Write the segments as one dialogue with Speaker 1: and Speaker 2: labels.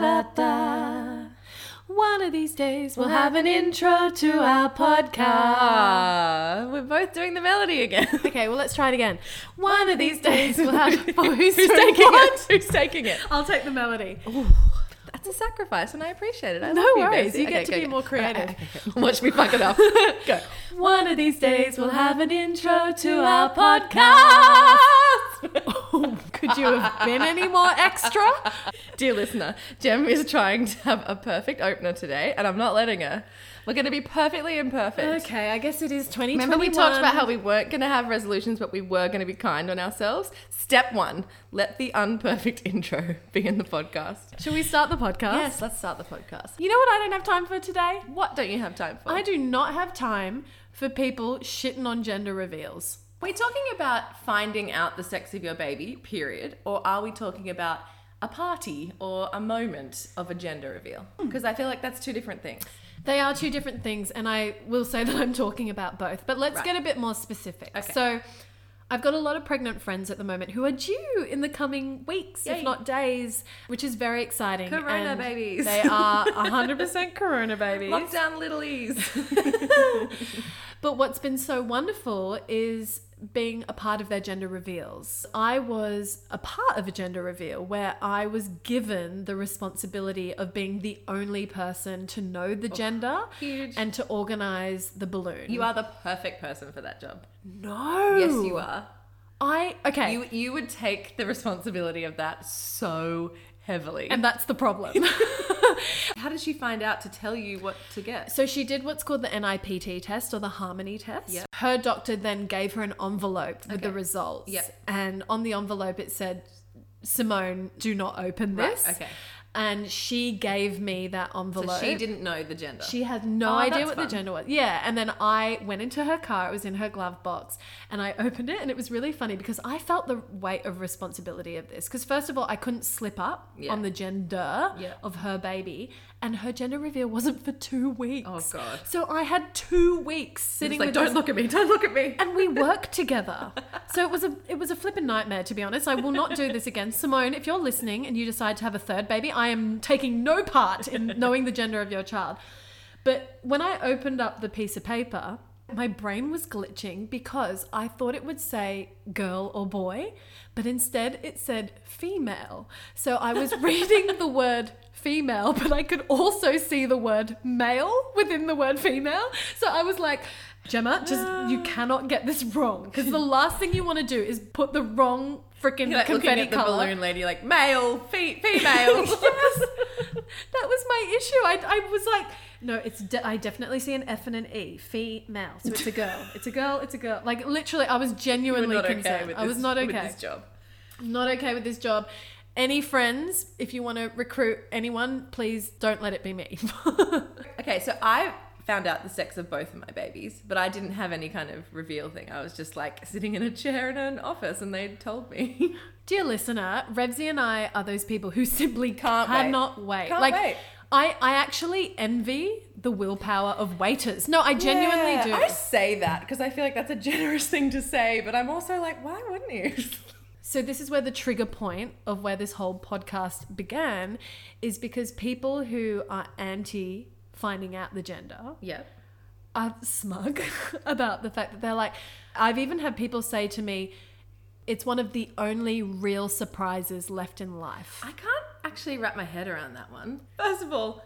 Speaker 1: Ba-da-ba-da-ba-ba-da-ba. One of these days we'll have an intro to our podcast. Ah, We're both doing the melody again.
Speaker 2: Okay, well, let's try it again.
Speaker 1: One of these days we'll have
Speaker 2: Who's
Speaker 1: Who's
Speaker 2: doing
Speaker 1: taking
Speaker 2: what?
Speaker 1: it? Who's taking it?
Speaker 2: I'll take the melody.
Speaker 1: That's a sacrifice, and I appreciate it. I
Speaker 2: No
Speaker 1: love you,
Speaker 2: worries,
Speaker 1: Bessie.
Speaker 2: you get to be more creative.
Speaker 1: Okay, okay. Watch me fuck it up. go.
Speaker 2: One of these days we'll have an intro to our podcast.
Speaker 1: podcast.
Speaker 2: Could you have been any more extra?
Speaker 1: Dear listener, Jem is trying to have a perfect opener today, and I'm not letting her. We're going to be perfectly imperfect.
Speaker 2: Okay, I guess it is 2021.
Speaker 1: Remember, we talked about how we weren't going to have resolutions, but we were going to be kind on ourselves? Step one let the unperfect intro be in the podcast.
Speaker 2: Should we start the podcast?
Speaker 1: let's start the podcast.
Speaker 2: You know what I don't have time for today?
Speaker 1: What don't you have time for?
Speaker 2: I do not have time for people shitting on gender reveals.
Speaker 1: We're talking about finding out the sex of your baby, period, or are we talking about a party or a moment of a gender reveal? Because I feel like that's two different things.
Speaker 2: They are two different things, and I will say that I'm talking about both, but let's
Speaker 1: Right.
Speaker 2: get a bit more specific.
Speaker 1: Okay.
Speaker 2: So, I've got a lot of pregnant friends at the moment who are due in the coming weeks,
Speaker 1: Yay.
Speaker 2: if not days, which is very exciting.
Speaker 1: Corona
Speaker 2: and
Speaker 1: babies.
Speaker 2: They are 100% corona babies.
Speaker 1: Lockdown littlies.
Speaker 2: But what's been so wonderful is being a part of their gender reveals. I was a part of a gender reveal where I was given the responsibility of being the only person to know the gender
Speaker 1: Oh, huge.
Speaker 2: and to organize the balloon.
Speaker 1: you are the perfect person for that job.
Speaker 2: No.
Speaker 1: Yes, you are.
Speaker 2: I okay.
Speaker 1: You you would take the responsibility of that so heavily.
Speaker 2: and that's the problem.
Speaker 1: how did she find out to tell you what to get?
Speaker 2: so she did what's called the NIPT test or the Harmony test.
Speaker 1: Yep.
Speaker 2: Her doctor then gave her an envelope with
Speaker 1: Okay.
Speaker 2: the results.
Speaker 1: Yep.
Speaker 2: And on the envelope it said, Simone, do not open
Speaker 1: Right,
Speaker 2: this.
Speaker 1: okay.
Speaker 2: And she gave me that
Speaker 1: So
Speaker 2: envelope.
Speaker 1: she didn't know the gender.
Speaker 2: She had no
Speaker 1: Oh,
Speaker 2: idea
Speaker 1: that's
Speaker 2: what
Speaker 1: fun.
Speaker 2: the gender was. Yeah. And then I went into her car. It was in her glove box. And I opened it. And it was really funny because I felt the weight of responsibility of this. Because, first of all, I couldn't slip up
Speaker 1: Yeah.
Speaker 2: on the gender
Speaker 1: Yeah.
Speaker 2: of her baby. And her gender reveal wasn't for two weeks.
Speaker 1: Oh, God.
Speaker 2: So I had two weeks sitting
Speaker 1: It's like,
Speaker 2: with
Speaker 1: don't
Speaker 2: this-
Speaker 1: look at me, don't look at me.
Speaker 2: and we worked together. So it was a it was a flippin' nightmare to be honest. I will not do this again. Simone, if you're listening and you decide to have a third baby, I am taking no part in knowing the gender of your child. But when I opened up the piece of paper, my brain was glitching because I thought it would say girl or boy, but instead it said female. So I was reading the word female, but I could also see the word male within the word female. So I was like, Gemma, just you
Speaker 1: Ah."
Speaker 2: cannot get this wrong because the last thing you want to do is put the wrong freaking
Speaker 1: You're like looking
Speaker 2: confetti
Speaker 1: at the
Speaker 2: color.
Speaker 1: balloon lady, like male, fe- female.
Speaker 2: yes, that was my issue. I, I was like, no, it's de- I definitely see an F and an E, female. So it's a girl. It's a girl. It's a girl. Like literally, I was
Speaker 1: You were
Speaker 2: genuinely
Speaker 1: not
Speaker 2: concerned.
Speaker 1: okay with
Speaker 2: I was
Speaker 1: this-
Speaker 2: not
Speaker 1: with
Speaker 2: okay.
Speaker 1: this job.
Speaker 2: Not okay with this job. Any friends, if you want to recruit anyone, please don't let it be me.
Speaker 1: Okay, so I found out the sex of both of my babies, but I didn't have any kind of reveal thing. I was just like sitting in a chair in an office, and they told me.
Speaker 2: Dear listener, Revsy and I are those people who simply
Speaker 1: Can't
Speaker 2: can't
Speaker 1: wait.
Speaker 2: cannot wait.
Speaker 1: Can't
Speaker 2: like
Speaker 1: wait.
Speaker 2: I, I actually envy the willpower of waiters. No, I genuinely
Speaker 1: Yeah,
Speaker 2: do.
Speaker 1: I say that because I feel like that's a generous thing to say, but I'm also like, why wouldn't you?
Speaker 2: So this is where the trigger point of where this whole podcast began is because people who are anti finding out the gender
Speaker 1: Yeah.
Speaker 2: are smug about the fact that they're like I've even had people say to me it's one of the only real surprises left in life.
Speaker 1: I can't actually wrap my head around that one. First of all,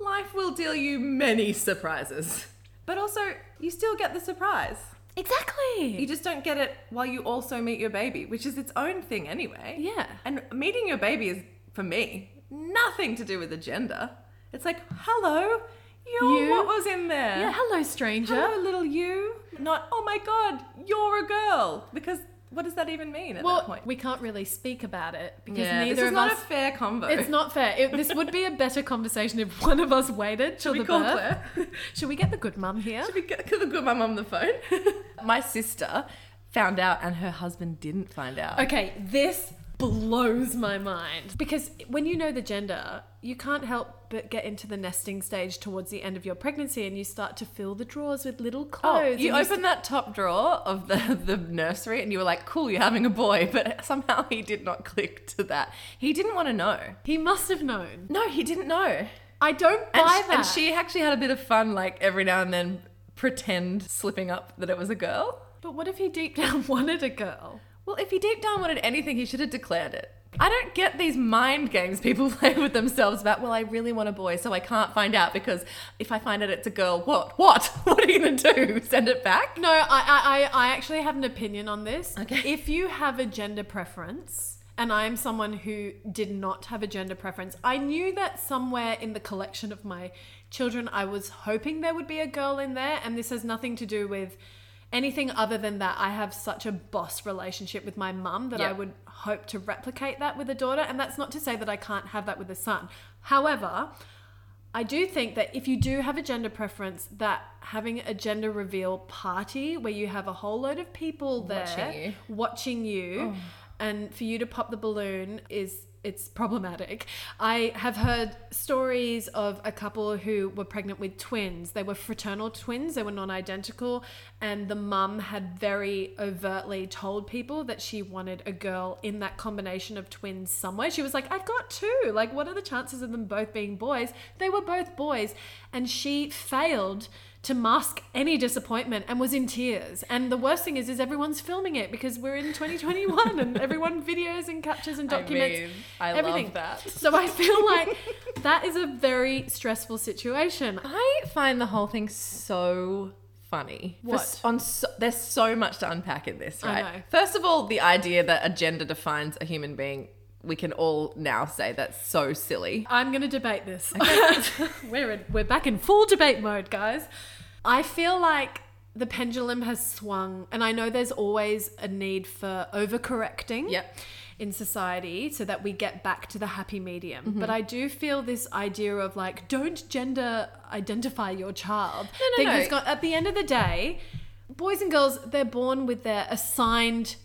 Speaker 1: life will deal you many surprises, but also you still get the surprise.
Speaker 2: Exactly.
Speaker 1: You just don't get it while you also meet your baby, which is its own thing anyway.
Speaker 2: Yeah.
Speaker 1: And meeting your baby is, for me, nothing to do with the gender. It's like, hello, you're
Speaker 2: You?
Speaker 1: what was in there.
Speaker 2: Yeah, hello stranger.
Speaker 1: Hello, little you. Not, oh my god, you're a girl. Because what does that even mean at
Speaker 2: Well,
Speaker 1: that point?
Speaker 2: we can't really speak about it because
Speaker 1: Yeah,
Speaker 2: neither
Speaker 1: this is
Speaker 2: of
Speaker 1: not
Speaker 2: us.
Speaker 1: a fair convo.
Speaker 2: it's not fair. It, this would be a better conversation if one of us waited till
Speaker 1: Should we
Speaker 2: the
Speaker 1: call
Speaker 2: birth.
Speaker 1: Claire?
Speaker 2: Should we get the good mum here?
Speaker 1: Should we get, could we get my mum on the phone? my sister found out and her husband didn't find out.
Speaker 2: Okay, this blows my mind. Because when you know the gender, you can't help but get into the nesting stage towards the end of your pregnancy and you start to fill the drawers with little clothes.
Speaker 1: Oh,
Speaker 2: and
Speaker 1: you
Speaker 2: s-
Speaker 1: opened that top drawer of the, the nursery and you were like, cool, you're having a boy. But somehow he did not click to that. He didn't want to know.
Speaker 2: He must have known.
Speaker 1: No, he didn't know.
Speaker 2: I don't buy
Speaker 1: And, sh-
Speaker 2: that.
Speaker 1: and she actually had a bit of fun, like every now and then pretend slipping up that it was a girl.
Speaker 2: But what if he deep down wanted a girl?
Speaker 1: Well, if he deep down wanted anything, he should have declared it. I don't get these mind games people play with themselves about, well, I really want a boy, so I can't find out because if I find out it's a girl, what? What? What are you going to do? Send it back?
Speaker 2: No, I, I, I I actually have an opinion on this.
Speaker 1: Okay.
Speaker 2: If you have a gender preference, and I am someone who did not have a gender preference, I knew that somewhere in the collection of my children, I was hoping there would be a girl in there, and this has nothing to do with anything other than that. I have such a boss relationship with my mum that I
Speaker 1: Yeah.
Speaker 2: would hope to replicate that with a daughter, and that's not to say that I can't have that with a son. However, I do think that if you do have a gender preference, that having a gender reveal party where you have a whole load of people there
Speaker 1: Watching you. Oh.
Speaker 2: watching you, and for you to pop the balloon is it's problematic. I have heard stories of a couple who were pregnant with twins. They were fraternal twins, they were non-identical, and the mum had very overtly told people that she wanted a girl in that combination of twins somewhere. She was like, "I've got two. Like what are the chances of them both being boys?" They were both boys, and she failed to mask any disappointment and was in tears. And the worst thing is, is everyone's filming it because we're in 2021 and everyone videos and captures and documents
Speaker 1: I mean, I
Speaker 2: everything.
Speaker 1: love that.
Speaker 2: So I feel like that is a very stressful situation.
Speaker 1: I find the whole thing so funny. For
Speaker 2: What?
Speaker 1: s- on so, there's so much to unpack in this,
Speaker 2: I
Speaker 1: right?
Speaker 2: know.
Speaker 1: First of all, the idea that a gender defines a human being, we can all now say that's so silly.
Speaker 2: I'm going to debate this. we're in, we're back in full debate mode, guys. I feel like the pendulum has swung, and I know there's always a need for overcorrecting.
Speaker 1: Yep.
Speaker 2: In society, so that we get back to the happy medium.
Speaker 1: Mm-hmm.
Speaker 2: But I do feel this idea of like, don't gender identify your child.
Speaker 1: no,
Speaker 2: Think
Speaker 1: no.
Speaker 2: it's got- at the end of the day, boys and girls, they're born with their assigned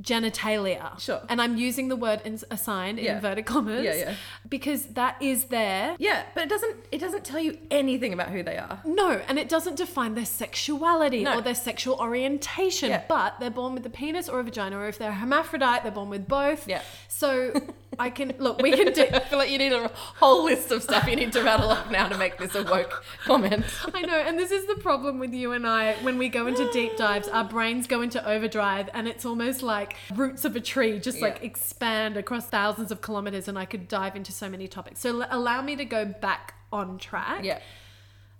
Speaker 2: genitalia.
Speaker 1: Sure.
Speaker 2: And I'm using the word in- assigned in
Speaker 1: Yeah.
Speaker 2: inverted commas
Speaker 1: Yeah, yeah.
Speaker 2: because that is there.
Speaker 1: Yeah, but it doesn't it doesn't tell you anything about who they are.
Speaker 2: No, and it doesn't define their sexuality
Speaker 1: No.
Speaker 2: or their sexual orientation,
Speaker 1: Yeah.
Speaker 2: but they're born with a penis or a vagina, or if they're a hermaphrodite, they're born with both.
Speaker 1: Yeah.
Speaker 2: So I can look, we can do.
Speaker 1: I feel like you need a whole list of stuff you need to rattle up now to make this a woke comment.
Speaker 2: I know, and this is the problem with you and I when we go into deep dives, our brains go into overdrive, and it's almost like roots of a tree just like
Speaker 1: Yeah.
Speaker 2: expand across thousands of kilometers, and I could dive into so many topics. So l- allow me to go back on track.
Speaker 1: Yeah.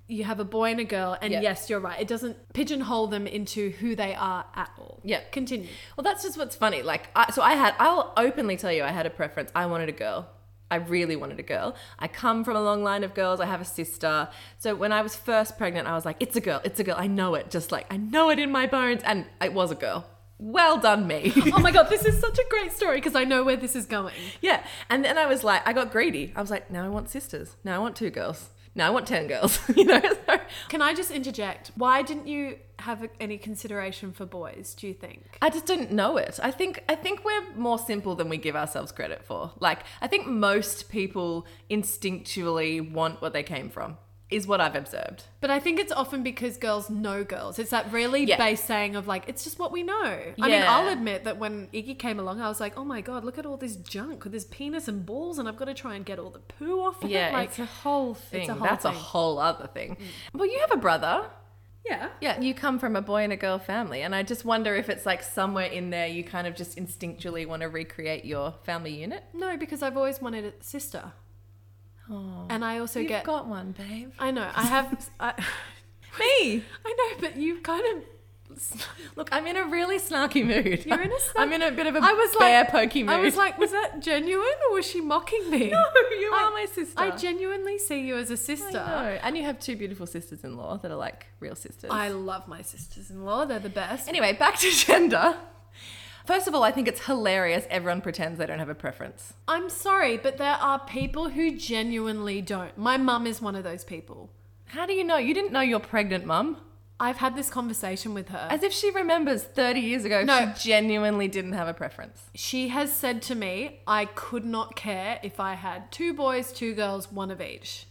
Speaker 2: you have a boy and a girl, and
Speaker 1: Yeah.
Speaker 2: yes, you're right. It doesn't pigeonhole them into who they are at all.
Speaker 1: Yeah.
Speaker 2: Continue.
Speaker 1: Well, that's just what's funny. Like, I, so I had, I'll openly tell you, I had a preference. I wanted a girl. I really wanted a girl. I come from a long line of girls. I have a sister. So when I was first pregnant, I was like, it's a girl, it's a girl. I know it. Just like, I know it in my bones. And it was a girl. Well done, me.
Speaker 2: oh my god, this is such a great story because I know where this is going.
Speaker 1: yeah. And then I was like, I got greedy. I was like, now I want sisters. Now I want two girls. Now I want 10 girls. you know? So,
Speaker 2: Can I just interject? Why didn't you have any consideration for boys, do you think?
Speaker 1: I just didn't know it. I think I think we're more simple than we give ourselves credit for. Like I think most people instinctually want what they came from is what I've observed.
Speaker 2: But I think it's often because girls know girls. It's that really
Speaker 1: Yeah.
Speaker 2: base saying of like, it's just what we know. I mean,
Speaker 1: Yeah.
Speaker 2: I'll admit that when Iggy came along, I was like, oh my god, look at all this junk with this penis and balls, and I've got to try and get all the poo off. of it.
Speaker 1: Yeah,
Speaker 2: like,
Speaker 1: it's a whole thing.
Speaker 2: whole
Speaker 1: That's
Speaker 2: thing.
Speaker 1: a whole other thing. Well, you have a brother.
Speaker 2: yeah.
Speaker 1: Yeah, you come from a boy and a girl family, and I just wonder if it's like somewhere in there you kind of just instinctually want to recreate your family unit.
Speaker 2: No, because I've always wanted a sister.
Speaker 1: Oh,
Speaker 2: And I also
Speaker 1: you've
Speaker 2: get.
Speaker 1: got one, babe.
Speaker 2: I know. I have. I,
Speaker 1: Me.
Speaker 2: I know, but you kind of.
Speaker 1: Look, I'm in a really snarky mood.
Speaker 2: You're in a snark-
Speaker 1: I'm in a bit of a
Speaker 2: I was
Speaker 1: bear
Speaker 2: like-
Speaker 1: pokey mood.
Speaker 2: I was like, was that genuine or was she mocking me?
Speaker 1: no, you
Speaker 2: I-
Speaker 1: are my sister.
Speaker 2: I genuinely see you as a
Speaker 1: I
Speaker 2: sister.
Speaker 1: know. And you have two beautiful sisters in law that are like real sisters.
Speaker 2: I love my sisters in law. They're the best.
Speaker 1: Anyway, back to gender. First of all, I think it's hilarious everyone pretends they don't have a preference.
Speaker 2: I'm sorry, but there are people who genuinely don't. My mum is one of those people.
Speaker 1: How do you know? You didn't know you're pregnant, mum.
Speaker 2: I've had this conversation with her.
Speaker 1: As if she remembers 30 years ago,
Speaker 2: No.
Speaker 1: she genuinely didn't have a preference.
Speaker 2: She has said to me, I could not care if I had two boys, two girls, one of each.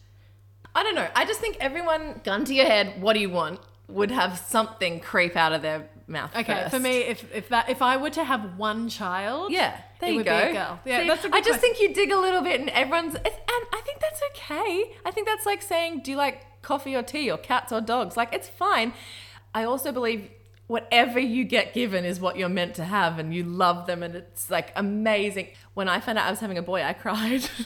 Speaker 1: I don't know. I just think everyone, gun to your head, what do you want? Would have something creep out of their mouth.
Speaker 2: Okay,
Speaker 1: first.
Speaker 2: for me, if if that if I were to have one child,
Speaker 1: Yeah, there
Speaker 2: it
Speaker 1: you
Speaker 2: would
Speaker 1: go.
Speaker 2: be a girl. Yeah,
Speaker 1: See,
Speaker 2: that's a good
Speaker 1: I just
Speaker 2: question.
Speaker 1: think you dig a little bit, and everyone's. It's, and I think that's okay. I think that's like saying, do you like coffee or tea or cats or dogs? Like it's fine. I also believe whatever you get given is what you're meant to have, and you love them, and it's like amazing. When I found out I was having a boy, I cried.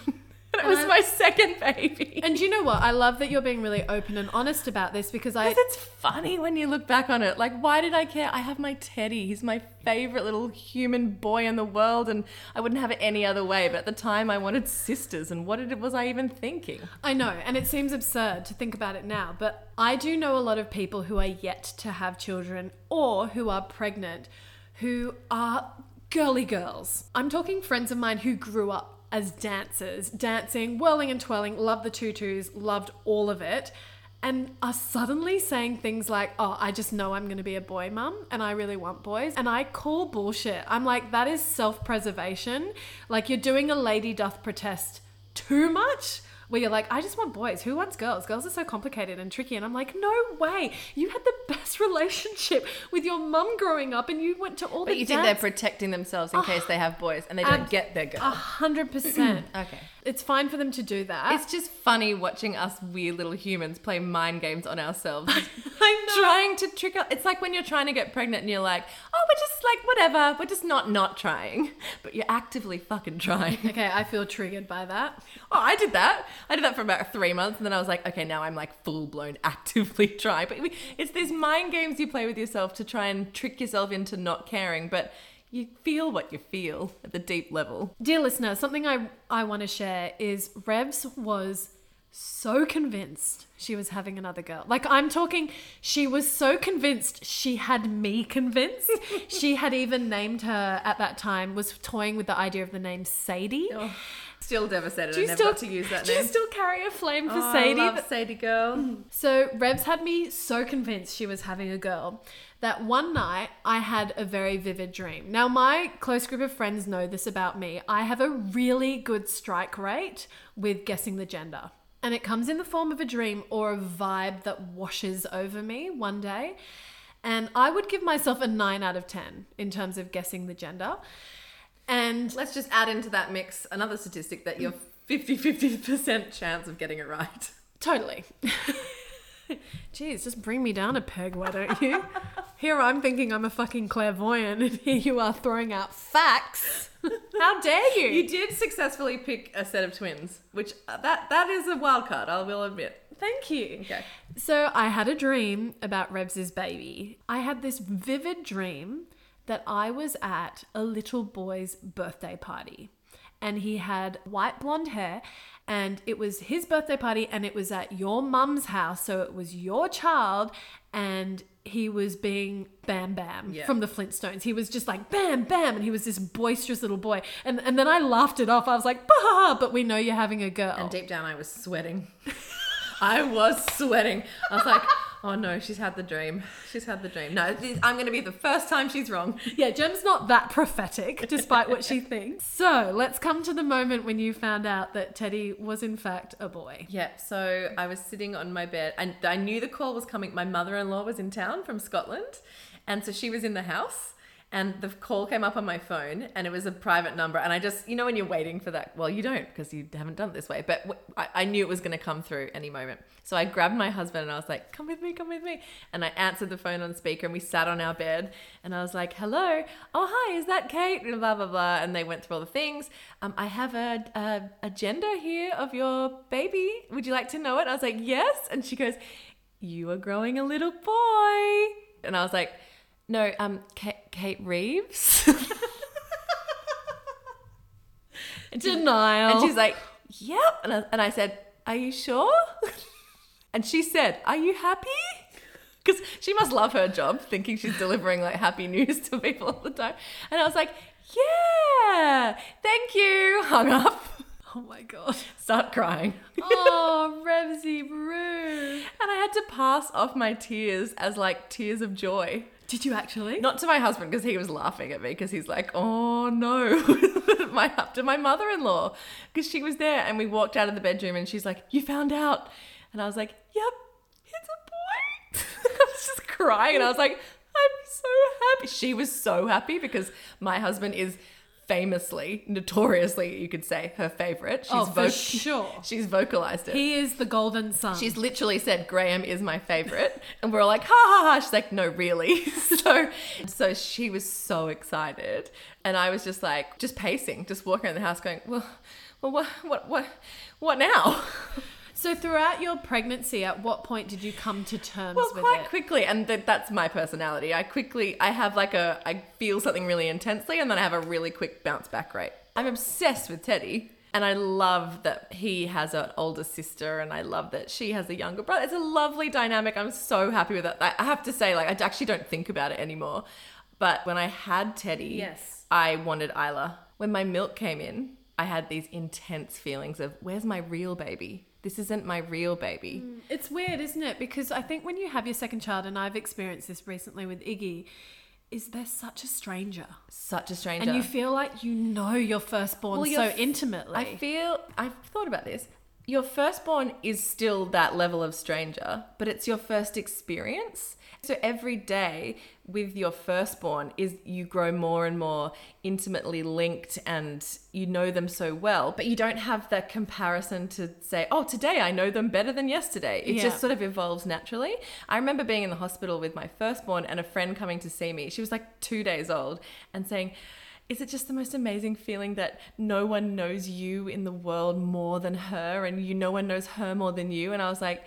Speaker 1: and it was
Speaker 2: I-
Speaker 1: my second baby.
Speaker 2: And you know what? I love that you're being really open and honest about this because I
Speaker 1: Because it's funny when you look back on it. Like, why did I care? I have my Teddy. He's my favorite little human boy in the world, and I wouldn't have it any other way. But at the time, I wanted sisters, and what did, was I even thinking?
Speaker 2: I know, and it seems absurd to think about it now, but I do know a lot of people who are yet to have children or who are pregnant who are girly girls. I'm talking friends of mine who grew up as dancers, dancing, whirling and twirling, loved the tutus, loved all of it. And are suddenly saying things like, oh, I just know I'm gonna be a boy mum and I really want boys. And I call bullshit. I'm like, that is self preservation. Like, you're doing a lady doth protest too much where you're like, I just want boys. Who wants girls? Girls are so complicated and tricky. And I'm like, no way. You had the best relationship with your mum growing up, and you went to all
Speaker 1: But
Speaker 2: the
Speaker 1: you think they're
Speaker 2: dance-
Speaker 1: protecting themselves in case they have boys, and they don't
Speaker 2: Abs-
Speaker 1: get their
Speaker 2: a
Speaker 1: girl.
Speaker 2: hundred percent.
Speaker 1: Okay.
Speaker 2: It's fine for them to do that.
Speaker 1: It's just funny watching us weird little humans play mind games on ourselves.
Speaker 2: I know.
Speaker 1: trying to trick out. It's like when you're trying to get pregnant and you're like, oh, we're just like, whatever. We're just not not trying. But you're actively fucking trying.
Speaker 2: Okay, I feel triggered by that.
Speaker 1: Oh, I did that. I did that for about three months, and then I was like, okay, now I'm like full blown actively trying. But we, it's these mind games you play with yourself to try and trick yourself into not caring, but you feel what you feel at the deep level.
Speaker 2: Dear listener, something I, I want to share is Revs was so convinced she was having another girl. Like, I'm talking, she was so convinced she had me convinced. she had even named her at that time, was toying with the idea of the name Sadie.
Speaker 1: Still devastated.
Speaker 2: Do
Speaker 1: Oh, I
Speaker 2: you
Speaker 1: never
Speaker 2: still
Speaker 1: got to use that
Speaker 2: do
Speaker 1: name.
Speaker 2: you still carry a flame for
Speaker 1: Oh, I
Speaker 2: Sadie?
Speaker 1: love Sadie girl.
Speaker 2: So Rebs had me so convinced she was having a girl that one night I had a very vivid dream. Now my close group of friends know this about me. I have a really good strike rate with guessing the gender. And it comes in the form of a dream or a vibe that washes over me one day. And I would give myself a 9 out of 10 in terms of guessing the gender. And
Speaker 1: Let's just add into that mix another statistic that you're 50 50% chance of getting it right.
Speaker 2: Totally. Jeez, just bring me down a peg, why don't you? here I'm thinking I'm a fucking clairvoyant, and here you are throwing out facts. How dare you?
Speaker 1: You did successfully pick a set of twins, which uh, that that is a wild card, I will admit.
Speaker 2: Thank you.
Speaker 1: Okay.
Speaker 2: So I had a dream about Rebs's baby. I had this vivid dream that I was at a little boy's birthday party. And he had white blonde hair, and it was his birthday party, and it was at your mum's house. So it was your child, and he was being Bam Bam
Speaker 1: Yeah.
Speaker 2: from the Flintstones. He was just like Bam Bam, and he was this boisterous little boy. And, and then I laughed it off. I was like, bah, but we know you're having a girl.
Speaker 1: And deep down, I was sweating. I was sweating. I was like, oh no, she's had the dream. She's had the dream. No, this- I'm going to be the first time she's wrong.
Speaker 2: Yeah, Jem's not that prophetic, despite what she thinks. So let's come to the moment when you found out that Teddy was in fact a boy.
Speaker 1: Yep. So I was sitting on my bed and I knew the call was coming. My mother in law was in town from Scotland. And so she was in the house. And the call came up on my phone and it was a private number. And I just, you know, when you're waiting for that, well, you don't because you haven't done it this way, but w- I, I knew it was going to come through any moment. So I grabbed my husband and I was like, come with me, come with me. And I answered the phone on speaker and we sat on our bed and I was like, hello. Oh, hi, is that Kate? And blah, blah, blah. And they went through all the things. Um, I have a, a, a gender here of your baby. Would you like to know it? I was like, yes. And she goes, you are growing a little boy. And I was like, no, um, Kate, Kate Reeves. and she's-
Speaker 2: Denial.
Speaker 1: and she's like, yep. And I, and I said, are you sure? and she said, are you happy? Because she must love her job, thinking she's delivering like happy news to people all the time. And I was like, yeah, thank you. Hung up.
Speaker 2: Oh my god.
Speaker 1: Start crying.
Speaker 2: Oh, Revsy Roo.
Speaker 1: And I had to pass off my tears as like tears of joy.
Speaker 2: Did you actually?
Speaker 1: Not to my husband because he was laughing at me because he's like, oh no, my up to my mother in law because she was there and we walked out of the bedroom and she's like, you found out, and I was like, yep, it's a boy. I was just crying and I was like, I'm so happy. She was so happy because my husband is famously, notoriously, you could say, her favorite. She's
Speaker 2: oh, for
Speaker 1: voc-
Speaker 2: sure.
Speaker 1: She's vocalized it.
Speaker 2: He is the golden son.
Speaker 1: She's literally said Graham is my favorite, and we're all like, ha ha ha. She's like, no, really. so, so she was so excited, and I was just like, just pacing, just walking around the house, going, well, well, what, what, what, what now?
Speaker 2: so throughout your pregnancy, at what point did you come to terms
Speaker 1: Well,
Speaker 2: with
Speaker 1: quite
Speaker 2: it?
Speaker 1: quickly, and th- that's my personality. I quickly, I have like a, I feel something really intensely, and then I have a really quick bounce back rate. I'm obsessed with Teddy, and I love that he has an older sister, and I love that she has a younger brother. It's a lovely dynamic. I'm so happy with that. I I have to say, like, I actually don't think about it anymore. But when I had Teddy,
Speaker 2: Yes.
Speaker 1: I wanted Isla. When my milk came in, I had these intense feelings of, where's my real baby? This isn't my real baby.
Speaker 2: It's weird, isn't it? Because I think when you have your second child, and I've experienced this recently with Iggy, is they're such a stranger,
Speaker 1: Such a stranger.
Speaker 2: and you feel like you know your firstborn
Speaker 1: Well,
Speaker 2: so
Speaker 1: you're f-
Speaker 2: intimately.
Speaker 1: I feel I've thought about this. Your firstborn is still that level of stranger, but it's your first experience. So every day with your firstborn is you grow more and more intimately linked and you know them so well, but you don't have that comparison to say, "Oh, today I know them better than yesterday." It
Speaker 2: Yeah.
Speaker 1: just sort of evolves naturally. I remember being in the hospital with my firstborn and a friend coming to see me. She was like 2 days old and saying, is it just the most amazing feeling that no one knows you in the world more than her and you no one knows her more than you and i was like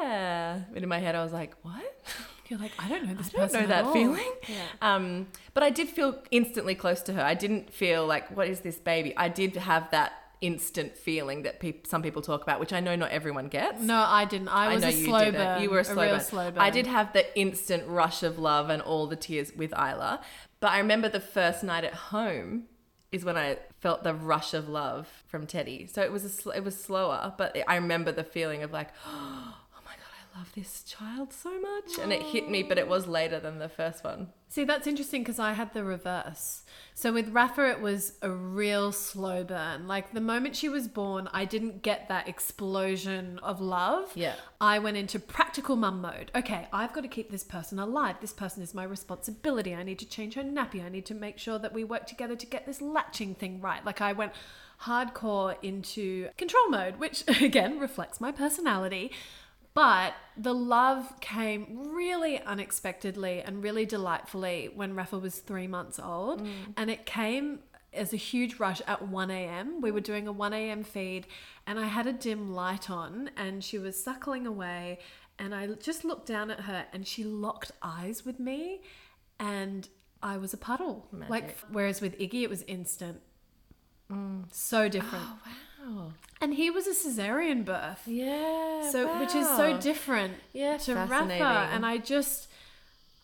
Speaker 1: yeah but in my head i was like what
Speaker 2: You're like, I don't know this
Speaker 1: I don't
Speaker 2: person.
Speaker 1: know
Speaker 2: at
Speaker 1: that
Speaker 2: all.
Speaker 1: feeling.
Speaker 2: Yeah.
Speaker 1: Um, but I did feel instantly close to her. I didn't feel like, what is this baby? I did have that instant feeling that peop some people talk about, which I know not everyone gets.
Speaker 2: No, I didn't. I was
Speaker 1: know
Speaker 2: a
Speaker 1: you
Speaker 2: slow
Speaker 1: didn't.
Speaker 2: burn.
Speaker 1: You were a slow,
Speaker 2: real
Speaker 1: burn.
Speaker 2: slow burn.
Speaker 1: I did have the instant rush of love and all the tears with Isla. But I remember the first night at home is when I felt the rush of love from Teddy. So it was a sl- it was slower, but I remember the feeling of like, oh my god, I love this child so much, and it hit me. But it was later than the first one.
Speaker 2: See, that's interesting because I had the reverse. So with Rafa, it was a real slow burn. Like the moment she was born, I didn't get that explosion of love.
Speaker 1: Yeah.
Speaker 2: I went into practical mum mode. Okay, I've got to keep this person alive. This person is my responsibility. I need to change her nappy. I need to make sure that we work together to get this latching thing right. Like I went hardcore into control mode, which again reflects my personality. But the love came really unexpectedly and really delightfully when Rafa was three months old. And it came as a huge rush at 1 a.m. We were doing a 1 a.m. feed, and I had a dim light on, and she was suckling away. And I just looked down at her, and she locked eyes with me, and I was a puddle. Like, whereas with Iggy, it was instant. So different.
Speaker 1: Wow.
Speaker 2: And he was a cesarean birth
Speaker 1: Yeah.
Speaker 2: so which is so different
Speaker 1: Yeah,
Speaker 2: to Rafa
Speaker 1: fascinating.
Speaker 2: and I just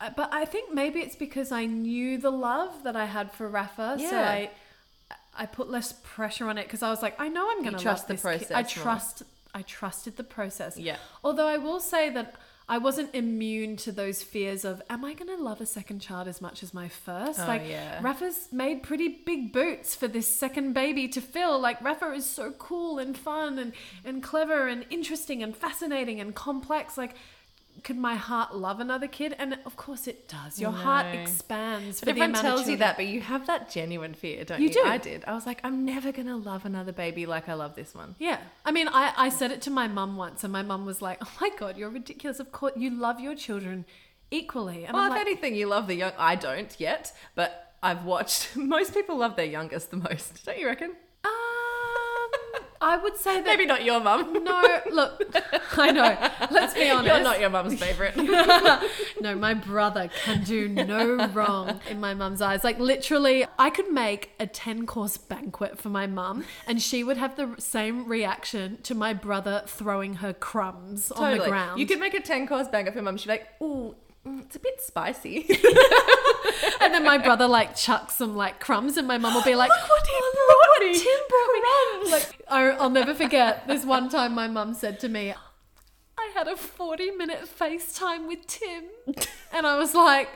Speaker 2: uh, but I think maybe it's because I knew the love that I had for Rafa so
Speaker 1: Yeah.
Speaker 2: I I put less pressure on it because I was like I know I'm going to
Speaker 1: trust the
Speaker 2: this kid. I
Speaker 1: process more.
Speaker 2: trust I trusted the process
Speaker 1: Yeah.
Speaker 2: although I will say that I wasn't immune to those fears of am I going to love a second child as much as my first
Speaker 1: Oh,
Speaker 2: like
Speaker 1: yeah.
Speaker 2: Rafa's made pretty big boots for this second baby to fill. Like Rafa is so cool and fun and, and clever and interesting and fascinating and complex. Like could my heart love another kid? And of course it does. Your heart
Speaker 1: No.
Speaker 2: expands for
Speaker 1: But
Speaker 2: the
Speaker 1: everyone
Speaker 2: amount of
Speaker 1: tells you
Speaker 2: children-
Speaker 1: that, but you have that genuine fear, don't you?
Speaker 2: You do.
Speaker 1: I did. I was like, I'm never gonna love another baby like I love this one.
Speaker 2: Yeah. I mean, I, I said it to my mum once, and my mum was like, Oh my God, you're ridiculous. Of course, you love your children equally. And
Speaker 1: Well,
Speaker 2: I'm
Speaker 1: if
Speaker 2: like,
Speaker 1: anything, you love the young. I don't yet, but I've watched. Most people love their youngest the most, don't you reckon?
Speaker 2: "Ah, um, I would say that.
Speaker 1: Maybe not your mum.
Speaker 2: No, look, I know. Let's be honest.
Speaker 1: You're not your mum's favorite.
Speaker 2: no, my brother can do no wrong in my mum's eyes. Like literally, I could make a 10 course banquet for my mum and she would have the same reaction to my brother throwing her crumbs on the ground.
Speaker 1: You could make a ten course bang up your mum. She'd be like, "Ooh, mm, it's a bit spicy."
Speaker 2: and then my brother like "Oh, chucks some like crumbs and my mum will be like,
Speaker 1: what he brought me.
Speaker 2: Tim brought me. Like I, I'll never forget this one time my mum said to me, I had a 40 minute FaceTime with Tim. And I was like,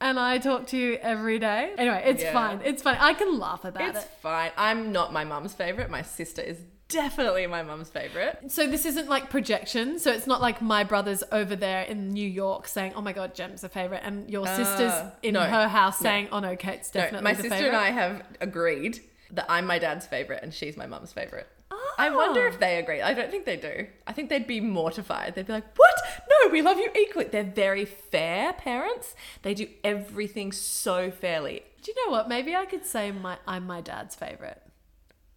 Speaker 2: and I talk to you every day. Anyway, it's
Speaker 1: Yeah.
Speaker 2: fine. It's fine. I can laugh about
Speaker 1: It's
Speaker 2: it.
Speaker 1: fine. I'm not my mum's favorite. My sister is definitely my mum's favorite.
Speaker 2: So this isn't like projection. So it's not like my brother's over there in New York saying, "Oh my God, Jem's a favorite," and your sister's
Speaker 1: Ah,
Speaker 2: in
Speaker 1: no,
Speaker 2: her house saying, "Oh no, Kate's
Speaker 1: No,
Speaker 2: definitely
Speaker 1: my
Speaker 2: the
Speaker 1: sister
Speaker 2: favorite."
Speaker 1: and I have agreed that I'm my dad's favorite and she's my mum's favorite.
Speaker 2: Oh.
Speaker 1: I wonder if they agree. I don't think they do. I think they'd be mortified. They'd be like, "What? No, we love you equally." They're very fair parents. They do everything so fairly.
Speaker 2: Do you know what? Maybe I could say my I'm my dad's favorite.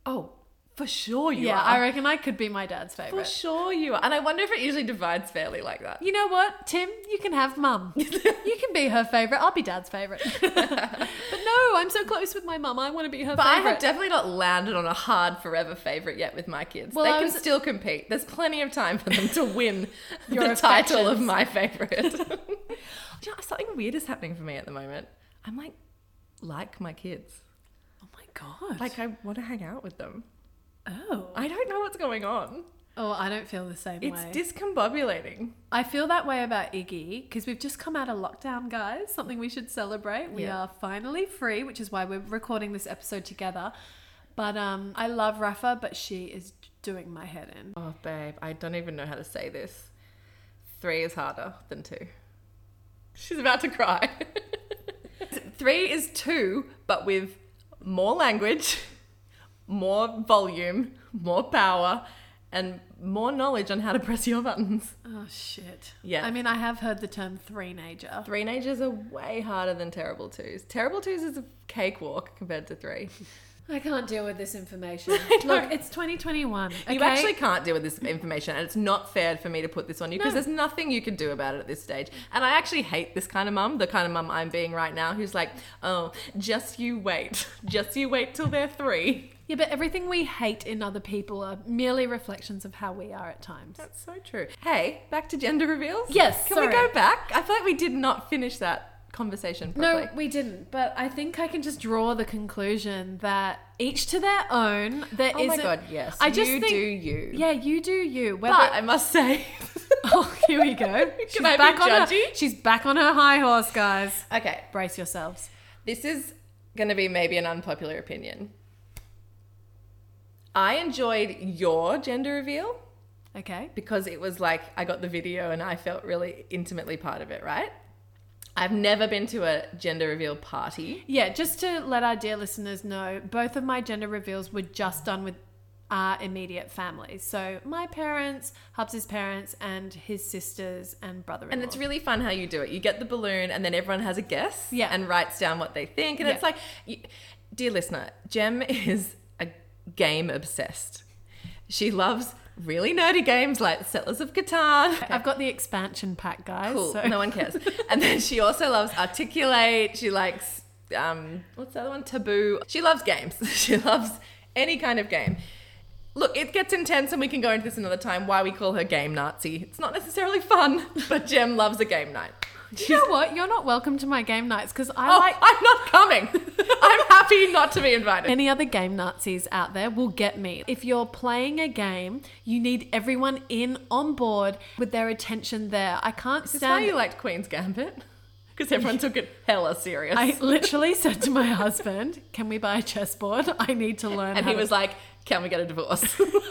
Speaker 1: Oh, for sure you
Speaker 2: yeah,
Speaker 1: are.
Speaker 2: I reckon I could be my dad's favorite.
Speaker 1: for sure you are. And I wonder if it usually divides fairly like that.
Speaker 2: You know what, Tim? You can have mum. you can be her favorite. I'll be dad's favorite. but no, I'm so close with my mum. I want to be her
Speaker 1: But I
Speaker 2: favorite.
Speaker 1: have definitely not landed on a hard forever favorite yet with my kids.
Speaker 2: Well,
Speaker 1: they
Speaker 2: I
Speaker 1: can
Speaker 2: was-
Speaker 1: still compete. There's plenty of time for them to win
Speaker 2: Your
Speaker 1: the title of
Speaker 2: affections.
Speaker 1: my favorite. Do you know, something weird is happening for me at the moment. I'm like, like my kids.
Speaker 2: oh my god.
Speaker 1: Like I want to hang out with them.
Speaker 2: oh.
Speaker 1: I don't know what's going on.
Speaker 2: Oh, I don't feel the same
Speaker 1: It's
Speaker 2: way.
Speaker 1: discombobulating.
Speaker 2: I feel that way about Iggy because we've just come out of lockdown, guys. Something we should celebrate. We
Speaker 1: Yeah.
Speaker 2: are finally free, which is why we're recording this episode together. But um, I love Rafa, but she is doing my head in.
Speaker 1: Oh, babe, I don't even know how to say this. Three is harder than two. She's about to cry. Three is two, but with more language, more volume, more power, and more knowledge on how to press your buttons.
Speaker 2: Oh shit.
Speaker 1: Yeah.
Speaker 2: I mean, I have heard the term three-nager.
Speaker 1: Three nagers are way harder than terrible twos. Terrible twos is a cakewalk compared to three.
Speaker 2: I can't deal with this information. Look, it's 2021. Okay?
Speaker 1: You actually can't deal with this information, and it's not fair for me to put this on you because
Speaker 2: No.
Speaker 1: there's nothing you can do about it at this stage. And I actually hate this kind of mum, the kind of mum I'm being right now, who's like, oh, just you wait, just you wait till they're three.
Speaker 2: yeah, but everything we hate in other people are merely reflections of how we are at times.
Speaker 1: That's so true. Hey, back to gender reveals.
Speaker 2: Yes,
Speaker 1: can we
Speaker 2: sorry.
Speaker 1: go back? I feel like we did not finish that conversation properly.
Speaker 2: No, we didn't. But I think I can just draw the conclusion that each to their own. There
Speaker 1: Oh my
Speaker 2: isn't-
Speaker 1: god, yes.
Speaker 2: I just
Speaker 1: you
Speaker 2: think-
Speaker 1: do you.
Speaker 2: Yeah, you do you. Whether,
Speaker 1: But I must say,
Speaker 2: oh, here we go. She's
Speaker 1: I be
Speaker 2: back on her.
Speaker 1: judgy?
Speaker 2: She's back on her high horse, guys.
Speaker 1: okay,
Speaker 2: Brace yourselves.
Speaker 1: This is going to be maybe an unpopular opinion. I enjoyed your gender reveal
Speaker 2: Okay.
Speaker 1: because it was like I got the video and I felt really intimately part of it, right? I've never been to a gender reveal party.
Speaker 2: Yeah, just to let our dear listeners know, both of my gender reveals were just done with our immediate family. So my parents, Hubs's parents, and his sisters and brother-in-law.
Speaker 1: And it's really fun how you do it. You get the balloon and then everyone has a guess
Speaker 2: Yeah.
Speaker 1: and writes down what they think. And
Speaker 2: Yeah.
Speaker 1: it's like, you, dear listener, Jem is a game obsessed. She loves really nerdy games like Settlers of Catan.
Speaker 2: I've got the expansion pack, guys.
Speaker 1: cool.
Speaker 2: So.
Speaker 1: No one cares. and then she also loves articulate. She likes um, what's the other one? Taboo. She loves games. she loves any kind of game. Look, it gets intense, and we can go into this another time. Why we call her game Nazi? It's not necessarily fun, but Jem loves a game night.
Speaker 2: You know what? You're not welcome to my game nights because I
Speaker 1: Oh,
Speaker 2: like
Speaker 1: I'm not coming. I'm happy not to be invited.
Speaker 2: any other game Nazis out there will get me. If you're playing a game, you need everyone in on board with their attention there. I can't
Speaker 1: That's why
Speaker 2: stand.
Speaker 1: you liked Queen's Gambit, because everyone took it hella serious.
Speaker 2: I literally said to my husband, "Can we buy a chessboard? I need to learn."
Speaker 1: and
Speaker 2: how
Speaker 1: he
Speaker 2: to-
Speaker 1: was like, "Can we get a divorce?"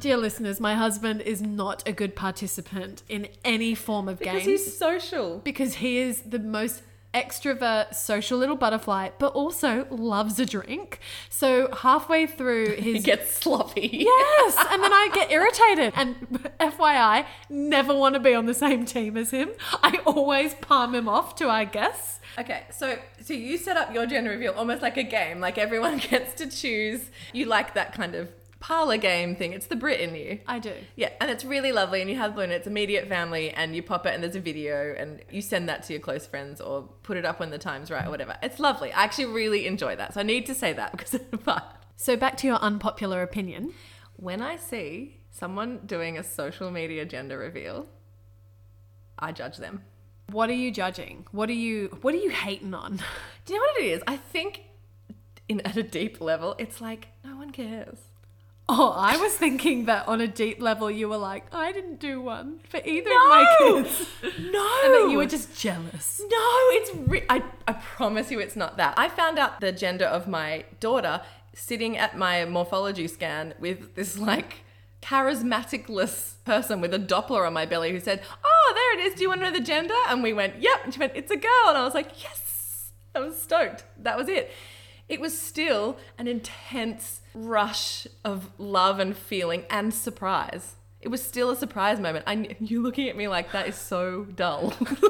Speaker 2: "Dear listeners, my husband is not a good participant in any form of
Speaker 1: because
Speaker 2: games
Speaker 1: he's social.
Speaker 2: because he is the most." Extrovert, social little butterfly, but also loves a drink. So halfway through
Speaker 1: He
Speaker 2: his
Speaker 1: gets sloppy.
Speaker 2: Yes, and then I get irritated. And FYI, never want to be on the same team as him. I always palm him off to our guests.
Speaker 1: Okay, so so you set up your gender reveal almost like a game, like everyone gets to choose. You like that kind of parlor game thing. It's the Brit in you.
Speaker 2: I do.
Speaker 1: Yeah, and it's really lovely, and you have the balloon. It's immediate family, and you pop it, and there's a video, and you send that to your close friends, or put it up when the time's right, or whatever. It's lovely. I actually really enjoy that, so I need to say that because. But
Speaker 2: So back to your unpopular opinion.
Speaker 1: when I see someone doing a social media gender reveal, I judge them.
Speaker 2: What are you judging? What are you what are you hating on?
Speaker 1: Do you know what it is? I think, in at a deep level, it's like no one cares.
Speaker 2: Oh, I was thinking that on a deep level, you were like, I didn't do one for either of my
Speaker 1: No!
Speaker 2: kids.
Speaker 1: No.
Speaker 2: And that you were just jealous.
Speaker 1: No, it's. Re- I, I promise you it's not that. I found out the gender of my daughter sitting at my morphology scan with this like charismaticless person with a Doppler on my belly who said, Oh, there it is. Do you want to know the gender? And we went, Yep. And she went, It's a girl. And I was like, Yes. I was stoked. That was it. It was still an intense rush of love and feeling and surprise. It was still a surprise moment. I, kn- you looking at me like that is so dull.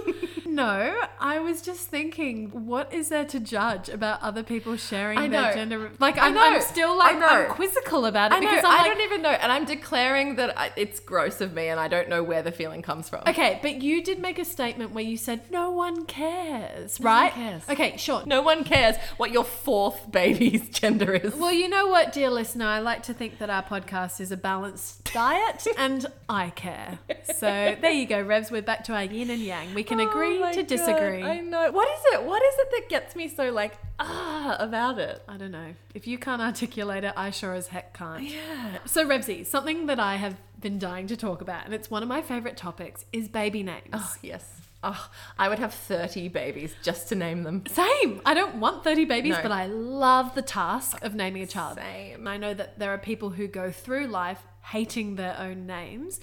Speaker 2: No, I was just thinking, what is there to judge about other people sharing
Speaker 1: I know.
Speaker 2: their gender? Like,
Speaker 1: I
Speaker 2: I'm,
Speaker 1: know.
Speaker 2: I'm still like,
Speaker 1: I know.
Speaker 2: I'm quizzical about it
Speaker 1: I know.
Speaker 2: because
Speaker 1: I
Speaker 2: I'm like,
Speaker 1: don't even know, and I'm declaring that I, it's gross of me, and I don't know where the feeling comes from.
Speaker 2: okay, but you did make a statement where you said, no one cares, right?
Speaker 1: cares.
Speaker 2: Okay, sure.
Speaker 1: No one cares what your fourth baby's gender is.
Speaker 2: Well, you know what, dear listener, I like to think that our podcast is a balanced diet and I care. So there you go, Revs. We're back to our yin and yang. We can agree
Speaker 1: Oh my
Speaker 2: to
Speaker 1: God,
Speaker 2: disagree.
Speaker 1: I
Speaker 2: I,
Speaker 1: know. What is it? What is it that gets me so like ah about it?
Speaker 2: don't know. If you can't articulate it, I sure as heck can't.
Speaker 1: Yeah.
Speaker 2: So, Revsy, something that I have been dying to talk about, and it's one of my favorite topics, is baby names.
Speaker 1: Oh yes. Oh, I would have thirty babies just to name them.
Speaker 2: Same. I don't want 30 babies,
Speaker 1: No.
Speaker 2: but I love the task of naming a child.
Speaker 1: Same.
Speaker 2: I know that there are people who go through life hating their own names.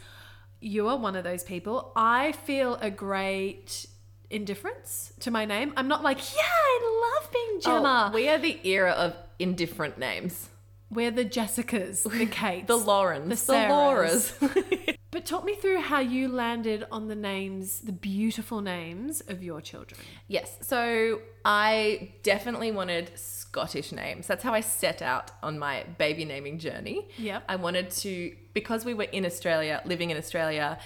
Speaker 2: You are one of those people. I feel a great indifference to my name. I'm not like, yeah, I love being Gemma.
Speaker 1: Oh, we are the era of indifferent names.
Speaker 2: we- are the Jessicas, the Kates.
Speaker 1: The Laurens,
Speaker 2: The
Speaker 1: the, Lauras.
Speaker 2: Sarahs. but talk me through how you landed on the names, the beautiful names of your children.
Speaker 1: Yes. So I definitely wanted Scottish names. That's how I set out on my baby naming journey.
Speaker 2: Yep.
Speaker 1: I wanted to, because we were in Australia, living in Australia,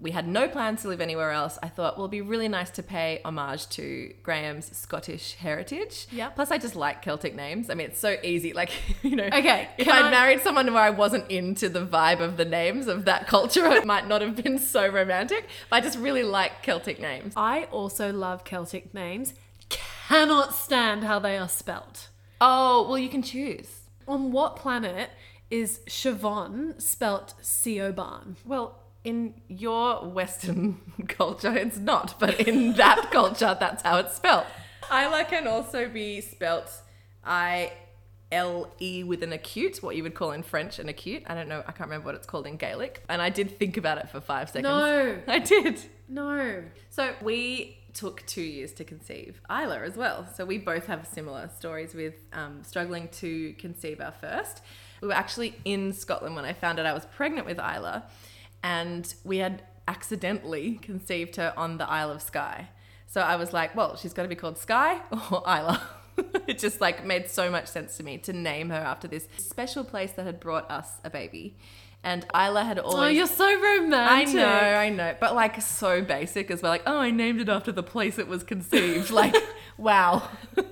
Speaker 1: we had no plans to live anywhere else. I thought, well, it'd be really nice to pay homage to Graham's Scottish heritage.
Speaker 2: Yep.
Speaker 1: Plus, I just like Celtic names. I mean, it's so easy. Like, you know,
Speaker 2: Okay,
Speaker 1: if
Speaker 2: can
Speaker 1: I'd
Speaker 2: I-
Speaker 1: married someone where I wasn't into the vibe of the names of that culture, it might not have been so romantic. But I just really like Celtic names.
Speaker 2: I also love Celtic names. Cannot stand how they are spelt.
Speaker 1: Oh, well, you can choose.
Speaker 2: On what planet is Siobhan spelt Siobhan?
Speaker 1: Well, in your Western culture, it's not, but in that culture, that's how it's spelt. Isla can also be spelt I L E with an acute, what you would call in French an acute. I don't know, I can't remember what it's called in Gaelic. And I did think about it for five seconds.
Speaker 2: No.
Speaker 1: I did.
Speaker 2: No.
Speaker 1: So we took two years to conceive Isla as well. So we both have similar stories with um, struggling to conceive our first. We were actually in Scotland when I found out I was pregnant with Isla, and we had accidentally conceived her on the Isle of Skye. So I was like, well, she's got to be called Skye or Isla. it just like made so much sense to me to name her after this special place that had brought us a baby. And Isla had always
Speaker 2: Oh, you're so
Speaker 1: I
Speaker 2: romantic.
Speaker 1: know, I know. But like so basic as well. Like, oh, I named it after the place it was conceived. like, wow.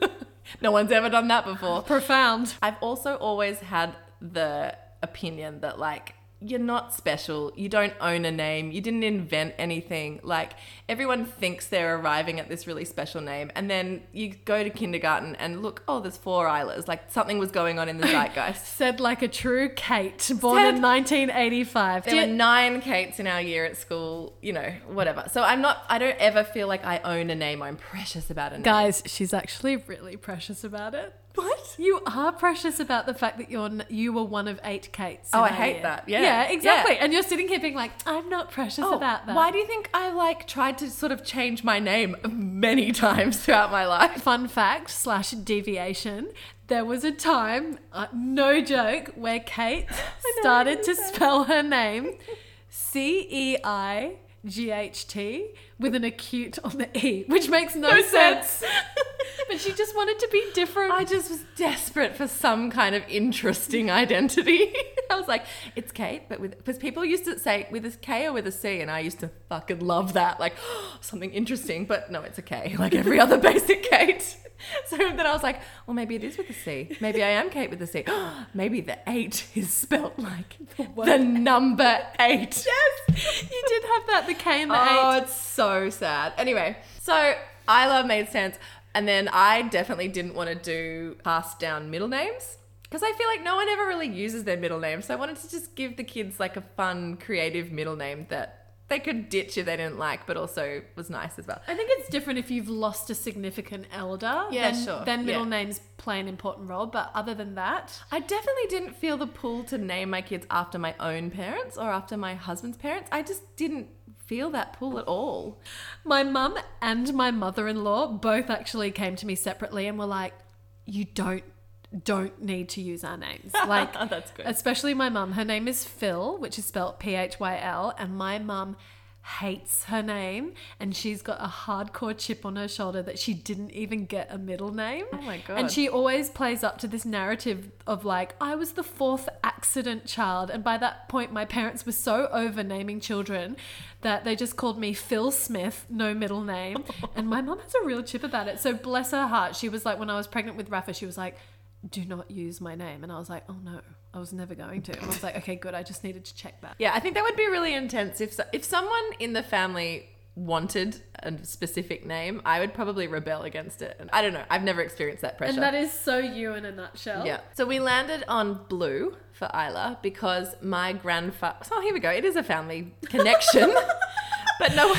Speaker 1: no one's ever done that before.
Speaker 2: Profound.
Speaker 1: I've also always had the opinion that like you're not special. You don't own a name. You didn't invent anything. Like everyone thinks they're arriving at this really special name and then you go to kindergarten and look, oh, there's four Islas. Like something was going on in the zeitgeist.
Speaker 2: Said like a true Kate, born in
Speaker 1: Said-
Speaker 2: 1985.
Speaker 1: There were
Speaker 2: Did-
Speaker 1: nine Kates in our year at school, you know, whatever. So I'm not, I don't ever feel like I own a name. I'm precious about a name.
Speaker 2: Guys, she's actually really precious about it.
Speaker 1: What?
Speaker 2: You are precious about the fact that you're n- you were one of eight Kates.
Speaker 1: Oh,
Speaker 2: in
Speaker 1: I
Speaker 2: our
Speaker 1: hate
Speaker 2: year.
Speaker 1: that. Yeah.
Speaker 2: yeah, exactly.
Speaker 1: Yeah. Oh,
Speaker 2: And you're sitting here being like, I'm not precious about that.
Speaker 1: Why do you think I like tried to sort of change my name many times throughout my life?
Speaker 2: fun fact slash deviation there was a time uh, no joke where kate started to spell her name E c-e-i-g-h-t with an acute on the e which makes no, sense. but she just wanted to be different
Speaker 1: I just was desperate for some kind of interesting identity. I was like, it's Kate, but with because people used to say with a K or with a C, and I used to fucking love that, like something interesting. But no, it's a K, like every other basic Kate. So then I was like, well, maybe it is with a C. Maybe I am Kate with a C. maybe the eight is spelt like the, number eight. Yes,
Speaker 2: you did have that the k and the
Speaker 1: oh,
Speaker 2: h
Speaker 1: it's so sad. Anyway, so Isla made sense. And then I definitely didn't want to do passed down middle names. Because I feel like no one ever really uses their middle name. So I wanted to just give the kids like a fun, creative middle name that they could ditch if they didn't like, but also was nice as well.
Speaker 2: I think it's different if you've lost a significant elder.
Speaker 1: Yeah,
Speaker 2: then,
Speaker 1: sure.
Speaker 2: Then middle
Speaker 1: Yeah.
Speaker 2: names play an important role, but other than that,
Speaker 1: I definitely didn't feel the pull to name my kids after my own parents or after my husband's parents. I just didn't feel that pull at all.
Speaker 2: my mum and my mother-in-law both actually came to me separately and were like, "You don't don't need to use our names." Like
Speaker 1: That's good.
Speaker 2: Especially my mum. Her name is Phil, which is spelled P H Y L, and my mum hates her name and she's got a hardcore chip on her shoulder that she didn't even get a middle name.
Speaker 1: Oh my God.
Speaker 2: And she always plays up to this narrative of like I was the fourth accident child and by that point my parents were so over naming children that they just called me Phil Smith, no middle name. and my mum has a real chip about it. So bless her heart, she was like when I was pregnant with Rafa, she was like do not use my name. And I was like, oh no, I was never going to. And I was like, okay, good. I just needed to check that.
Speaker 1: Yeah, I think that would be really intense if so- if someone in the family wanted a specific name, I would probably rebel against it. And I don't know. I've never experienced that pressure.
Speaker 2: And that is so you in a nutshell.
Speaker 1: yeah. So we landed on blue for Isla because my grandfather. Oh, here we go. It is a family connection. but no
Speaker 2: And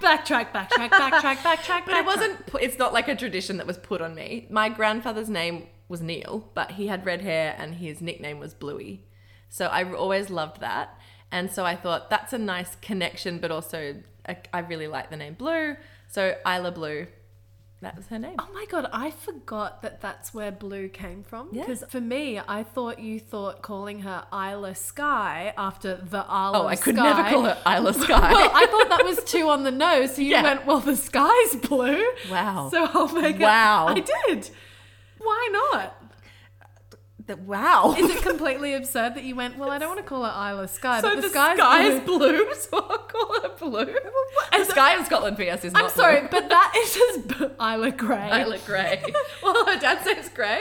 Speaker 2: backtrack, backtrack, backtrack, backtrack.
Speaker 1: But it
Speaker 2: backtrack.
Speaker 1: wasn't. pu- It's not like a tradition that was put on me. My grandfather's name was Neil, but he had red hair, and his nickname was Bluey. So I always loved that, and so I thought that's a nice connection. But also, I, I really like the name Blue, so Isla Blue. That was her name.
Speaker 2: Oh my god, I forgot that that's where blue came from.
Speaker 1: Yeah.
Speaker 2: Because for me, I thought you thought calling her Isla Sky after the Isla
Speaker 1: Oh, I could
Speaker 2: Sky.
Speaker 1: never call her Isla
Speaker 2: Well,
Speaker 1: Sky.
Speaker 2: I thought that was two on the nose, so you
Speaker 1: Yeah.
Speaker 2: went, well, the sky's blue.
Speaker 1: Wow.
Speaker 2: So I'll make it.
Speaker 1: Wow.
Speaker 2: I did. Why not?
Speaker 1: The- wow.
Speaker 2: Is it completely absurd that you went, well, I don't want to call it Isla Sky,
Speaker 1: so
Speaker 2: but
Speaker 1: the,
Speaker 2: the,
Speaker 1: sky
Speaker 2: sky's,
Speaker 1: is
Speaker 2: blue.
Speaker 1: blue. so I'll call her Blue. The
Speaker 2: And
Speaker 1: sky in Scotland, P.S. is not
Speaker 2: I'm sorry,
Speaker 1: blue.
Speaker 2: but that is as b- Isla Grey.
Speaker 1: Isla Grey. well, her dad says Grey.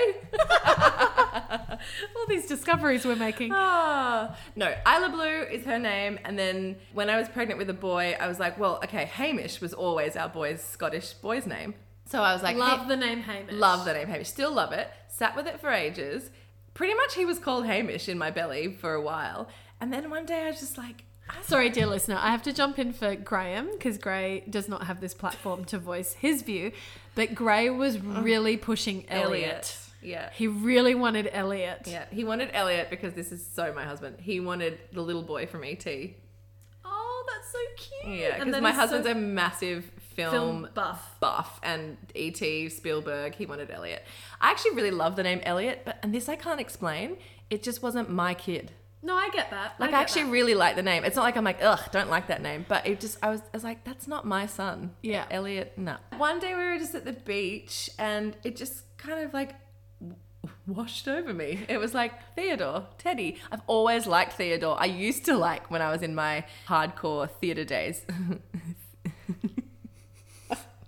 Speaker 2: All these discoveries we're making.
Speaker 1: Ah, no, Isla Blue is her name. And then when I was pregnant with a boy, I was like, well, okay, Hamish was always our boy's Scottish boy's name. So I was like,
Speaker 2: love
Speaker 1: hey-
Speaker 2: the name Hamish.
Speaker 1: love the name Hamish. Still love it. Sat with it for ages. Pretty much he was called Hamish in my belly for a while. And then one day I was just like,
Speaker 2: Sorry, dear listener, I have to jump in for Graham because Gray does not have this platform to voice his view. But Gray was really pushing Elliot.
Speaker 1: Oh. Elliot. Yeah.
Speaker 2: He really wanted Elliot.
Speaker 1: Yeah, he wanted Elliot because this is so my husband. He wanted the little boy from ET.
Speaker 2: Oh, that's so cute.
Speaker 1: Yeah,
Speaker 2: And
Speaker 1: because
Speaker 2: then
Speaker 1: my
Speaker 2: he's
Speaker 1: husband's
Speaker 2: so
Speaker 1: a massive
Speaker 2: film buff.
Speaker 1: Buff and E.T., Spielberg, he wanted Elliot. I actually really love the name Elliot, but and this I can't explain. It just wasn't my kid.
Speaker 2: No, I get that.
Speaker 1: Like I,
Speaker 2: get
Speaker 1: actually
Speaker 2: that.
Speaker 1: really like the name. It's not like I'm like, ugh, don't like that name. But it just I was I was like, that's not my son.
Speaker 2: Yeah.
Speaker 1: Elliot, no. One day we were just at the beach and it just kind of like w- washed over me. It was like Theodore, Teddy. I've always liked Theodore. I used to like when I was in my hardcore theater days.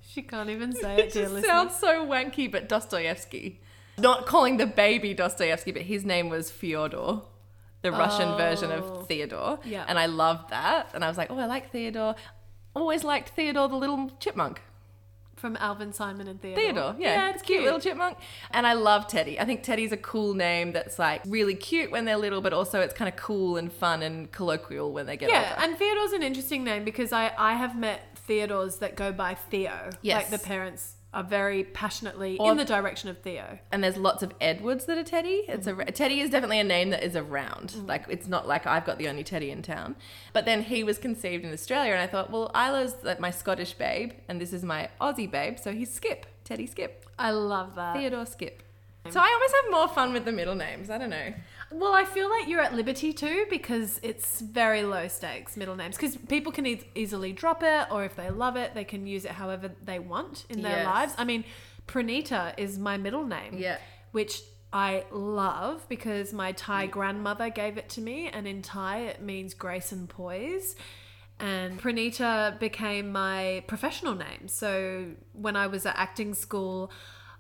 Speaker 2: She can't even say it,
Speaker 1: It
Speaker 2: dear
Speaker 1: just
Speaker 2: listener.
Speaker 1: sounds so wanky, but Dostoevsky. Not calling the baby Dostoevsky, but his name was Fyodor, the Russian version
Speaker 2: Oh.
Speaker 1: of Theodore.
Speaker 2: Yeah.
Speaker 1: And I loved that. And I was like, oh, I like Theodore. Always liked Theodore, the little chipmunk.
Speaker 2: From Alvin, Simon, and Theodore.
Speaker 1: Theodore, yeah.
Speaker 2: Oh. it's cute.
Speaker 1: Little chipmunk. And I love Teddy. I think Teddy's a cool name that's like really cute when they're little, but also it's kind of cool and fun and colloquial when they get
Speaker 2: yeah,
Speaker 1: older.
Speaker 2: and Theodore's an interesting name because I, I have met Theodores that go by Theo.
Speaker 1: Yes.
Speaker 2: Like the parents are very passionately
Speaker 1: Or-
Speaker 2: in the direction of Theo.
Speaker 1: and there's lots of Edwards that are Teddy. It's a Teddy is definitely a name that is around. Like it's not like I've got the only Teddy in town. But then he was conceived in Australia, and I thought, well, Isla's like my Scottish babe, and this is my Aussie babe, so he's Skip, Teddy Skip,
Speaker 2: I love that.
Speaker 1: Theodore Skip. So I always have more fun with the middle names. I don't know.
Speaker 2: Well, I feel like you're at liberty too because it's very low stakes middle names because people can e- easily drop it or if they love it, they can use it however they want in their
Speaker 1: Yes.
Speaker 2: lives. I mean, Pranita is my middle name.
Speaker 1: Yeah.
Speaker 2: Which I love because my Thai grandmother gave it to me and in Thai it means grace and poise. And Pranita became my professional name. So when I was at acting school,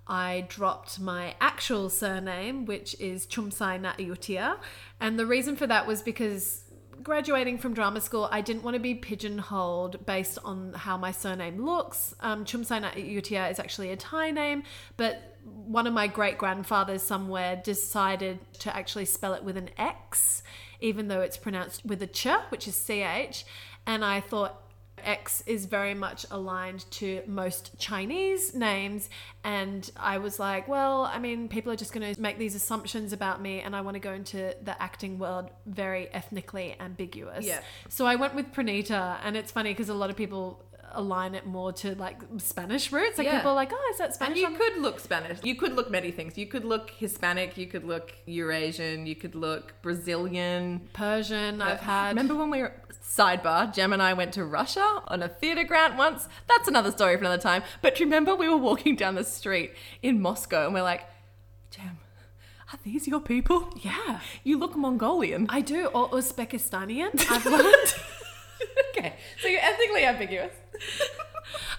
Speaker 2: I dropped my actual surname, which is Chumsai Naiutia. And the reason for that was because graduating from drama school, I didn't want to be pigeonholed based on how my surname looks. Um, Chumsaina Utia is actually a Thai name, but one of my great grandfathers somewhere decided to actually spell it with an X, even though it's pronounced with a ch, which is ch. And I thought X is very much aligned to most Chinese names. And I was like, well, I mean, people are just going to make these assumptions about me, and I want to go into the acting world very ethnically ambiguous.
Speaker 1: Yeah.
Speaker 2: So I went with Pranita, and it's funny because a lot of people align it more to like Spanish roots. Like
Speaker 1: Yeah.
Speaker 2: people are like, oh, is that Spanish?
Speaker 1: And you
Speaker 2: on-
Speaker 1: could look Spanish. You could look many things. You could look Hispanic. You could look Eurasian. You could look Brazilian.
Speaker 2: Persian, I've had.
Speaker 1: Remember when we were sidebar? Jem and I went to Russia on a theatre grant once. That's another story for another time. But remember, we were walking down the street in Moscow, and we're like, Jem, are these your people?
Speaker 2: Yeah.
Speaker 1: You look Mongolian.
Speaker 2: I do, or Uzbekistanian. I've learned.
Speaker 1: okay, so you're ethnically ambiguous.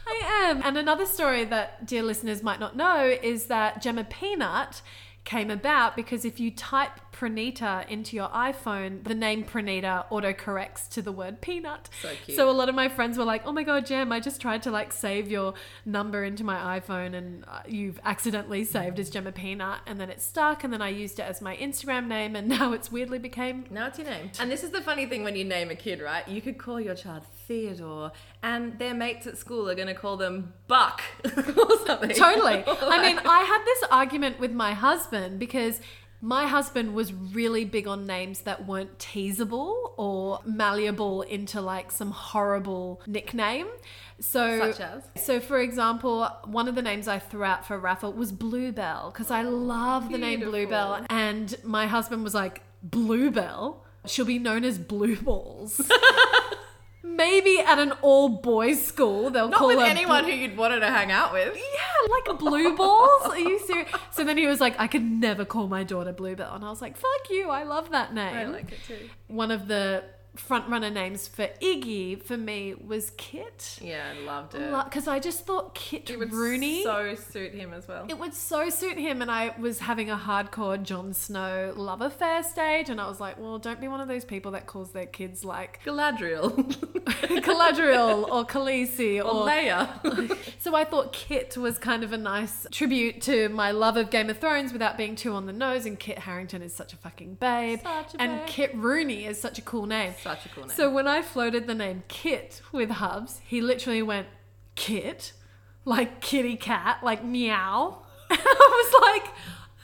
Speaker 2: I am. And another story that dear listeners might not know is that Gemma Peanut came about because if you type Pranita into your iPhone, the name Pranita autocorrects to the word peanut.
Speaker 1: So cute.
Speaker 2: So a lot of my friends were like, "Oh my god, Gem, I just tried to like save your number into my iPhone and uh, you've accidentally saved as Gemma Peanut and then it stuck and then I used it as my Instagram name and now it's weirdly became
Speaker 1: Now it's your name. And this is the funny thing when you name a kid, right? You could call your child Theodore, and their mates at school are going to call them Buck or something.
Speaker 2: totally. I
Speaker 1: Like-
Speaker 2: mean, I had this argument with my husband because my husband was really big on names that weren't teasable or malleable into like some horrible nickname. So
Speaker 1: Such as?
Speaker 2: So for example, one of the names I threw out for Rafa was Bluebell because I love the name
Speaker 1: beautiful.
Speaker 2: Bluebell and my husband was like, "Bluebell? She'll be known as Blue Balls." Maybe at an all boys school they'll
Speaker 1: not
Speaker 2: call
Speaker 1: with
Speaker 2: her
Speaker 1: anyone who you'd wanted to hang out with.
Speaker 2: yeah, like blue balls. Are you serious? So then he was like, I could never call my daughter Bluebell. And I was like, fuck you. I love that name.
Speaker 1: it too.
Speaker 2: One of the front runner names for Iggy for me was Kit.
Speaker 1: Yeah, I loved it.
Speaker 2: Because I just thought Kit
Speaker 1: it would
Speaker 2: Rooney.
Speaker 1: so suit him as well.
Speaker 2: it would so suit him, and I was having a hardcore Jon Snow love affair stage, and I was like, "Well, don't be one of those people that calls their kids like
Speaker 1: Galadriel
Speaker 2: Galadriel or Khaleesi
Speaker 1: or Leia.
Speaker 2: So I thought Kit was kind of a nice tribute to my love of Game of Thrones without being too on the nose. And Kit Harrington is such a fucking babe.
Speaker 1: Such a
Speaker 2: and
Speaker 1: babe.
Speaker 2: Kit Rooney is such a cool name.
Speaker 1: Such a cool name.
Speaker 2: So when I floated the name Kit with Hubs, he literally went, Kit? Like kitty cat, like meow. And I was like,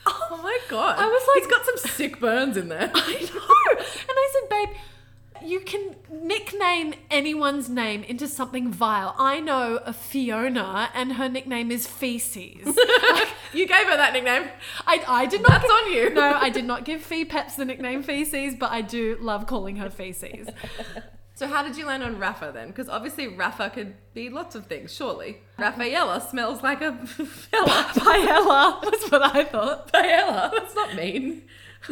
Speaker 1: oh my god!
Speaker 2: I was like-
Speaker 1: he's got some sick burns in there.
Speaker 2: I know. And I said, babe, you can nickname anyone's name into something vile. I know a Fiona, and her nickname is Feces.
Speaker 1: you gave her that nickname.
Speaker 2: I, I did not.
Speaker 1: That's on you.
Speaker 2: No, I did not give Fee Peps the nickname Feces, but I do love calling her Feces.
Speaker 1: So how did you land on Rafa then? Because obviously Rafa could be lots of things, surely. Raffaella smells like a fella.
Speaker 2: Paella was what I thought.
Speaker 1: Raffaella. That's not mean.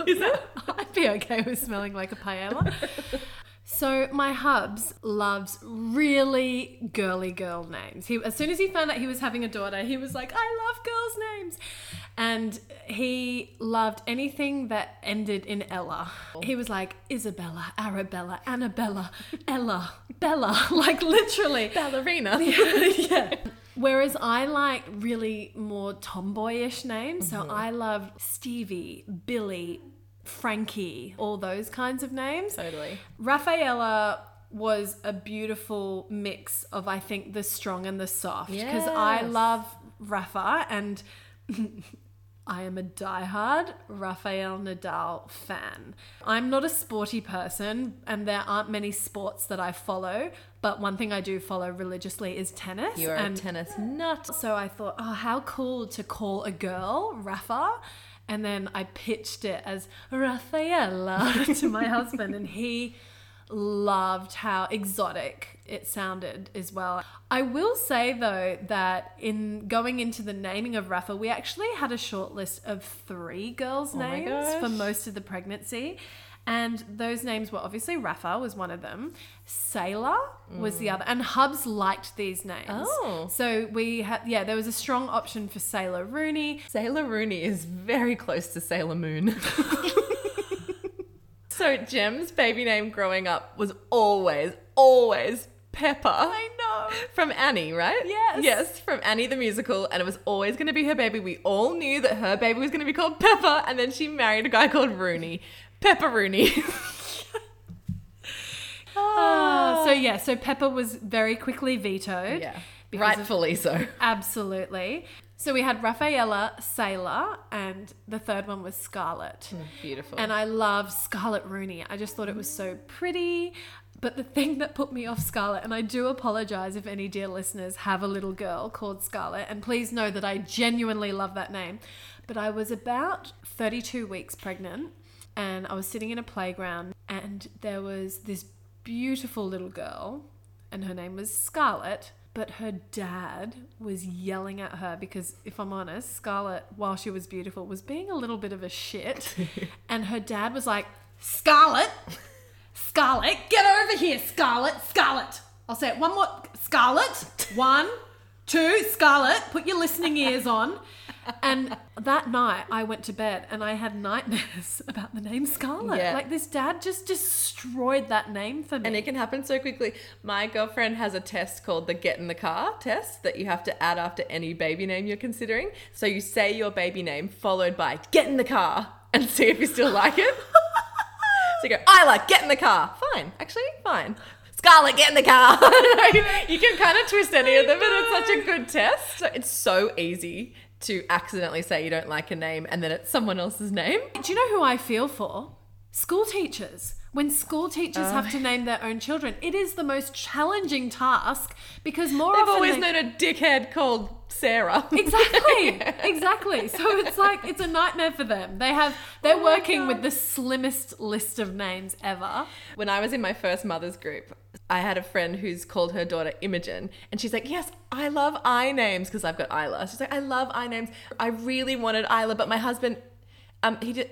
Speaker 1: Is that?
Speaker 2: I'd be okay with smelling like a paella. So my hubs loves really girly girl names. He as soon as he found out he was having a daughter, he was like, "I love girls' names," and he loved anything that ended in Ella. He was like Isabella, Arabella, Annabella, Ella, Bella, like literally
Speaker 1: Ballerina.
Speaker 2: yeah. Whereas I like really more tomboyish names.
Speaker 1: Mm-hmm.
Speaker 2: So I love Stevie, Billy, Frankie, all those kinds of names.
Speaker 1: Totally.
Speaker 2: Raffaella was a beautiful mix of I think the strong and the soft because I
Speaker 1: Yes.
Speaker 2: love Rafa and I am a diehard Rafael Nadal fan. I'm not a sporty person and there aren't many sports that I follow, but one thing I do follow religiously is tennis
Speaker 1: You are a
Speaker 2: and
Speaker 1: tennis nut.
Speaker 2: so I thought, oh, how cool to call a girl Rafa. And then I pitched it as Rafaela to my husband, and he loved how exotic it sounded as well. I will say though that in going into the naming of Rafa, we actually had a short list of three girls'
Speaker 1: Oh my
Speaker 2: names for
Speaker 1: gosh.
Speaker 2: most of the pregnancy. And those names were obviously Rafa was one of them, Sailor was the other, and Hubs liked these names.
Speaker 1: Oh.
Speaker 2: So we had, yeah, there was a strong option for Sailor
Speaker 1: Ah.
Speaker 2: Rooney.
Speaker 1: Sailor Rooney is very close to Sailor Moon. So Jem's baby name growing up was always, always Pepper.
Speaker 2: I know.
Speaker 1: From Annie, right?
Speaker 2: Yes.
Speaker 1: Yes, from Annie the musical, and it was always going to be her baby. We all knew that her baby was going to be called Pepper, and then she married a guy called Rooney. Pepper Rooney.
Speaker 2: Ah, so yeah, so Pepper was very quickly vetoed. because of-
Speaker 1: Rightfully so.
Speaker 2: Absolutely. So we had Raffaella, Sailor, and the third one was Scarlet.
Speaker 1: Beautiful.
Speaker 2: And I love Scarlet Rooney. I just thought it was so pretty. But the thing that put me off Scarlet, and I do apologize if any dear listeners have a little girl called Scarlet, and please know that I genuinely love that name. But I was about 32 weeks pregnant, and I was sitting in a playground, and there was this beautiful little girl, and her name was Scarlet. But her dad was yelling at her because, if I'm honest, Scarlet, while she was beautiful, was being a little bit of a shit. and her dad was like, Scarlet, Scarlet, get over here, Scarlet, Scarlet. I'll say it one more Scarlet, one, two, Scarlet, put your listening ears on. And that night I went to bed and I had nightmares about the name Scarlet.
Speaker 1: Yeah.
Speaker 2: Like this dad just destroyed that name for me.
Speaker 1: And it can happen so quickly. My girlfriend has a test called the get in the car test that you have to add after any baby name you're considering. So you say your baby name followed by get in the car and see if you still like it. so you go, I like get in the car. Fine. Actually, fine. Scarlet, get in the car. you can kind of twist any of them, but it's such a good test. So it's so easy to accidentally say you don't like a name and then it's someone else's name.
Speaker 2: Do you know who I feel for? School teachers. When school teachers have
Speaker 1: Oh.
Speaker 2: to name their own children, it is the most challenging task because more
Speaker 1: I've
Speaker 2: often
Speaker 1: always
Speaker 2: they-
Speaker 1: known a dickhead called Sarah.
Speaker 2: Exactly, exactly. So it's like it's a nightmare for them. They have they're
Speaker 1: Oh my
Speaker 2: working
Speaker 1: God.
Speaker 2: with the slimmest list of names ever.
Speaker 1: When I was in my first mother's group, I had a friend who's called her daughter Imogen, and she's like, Yes, I love I names because I've got Isla. She's like, I love I names. I really wanted Isla, but my husband, um, he did,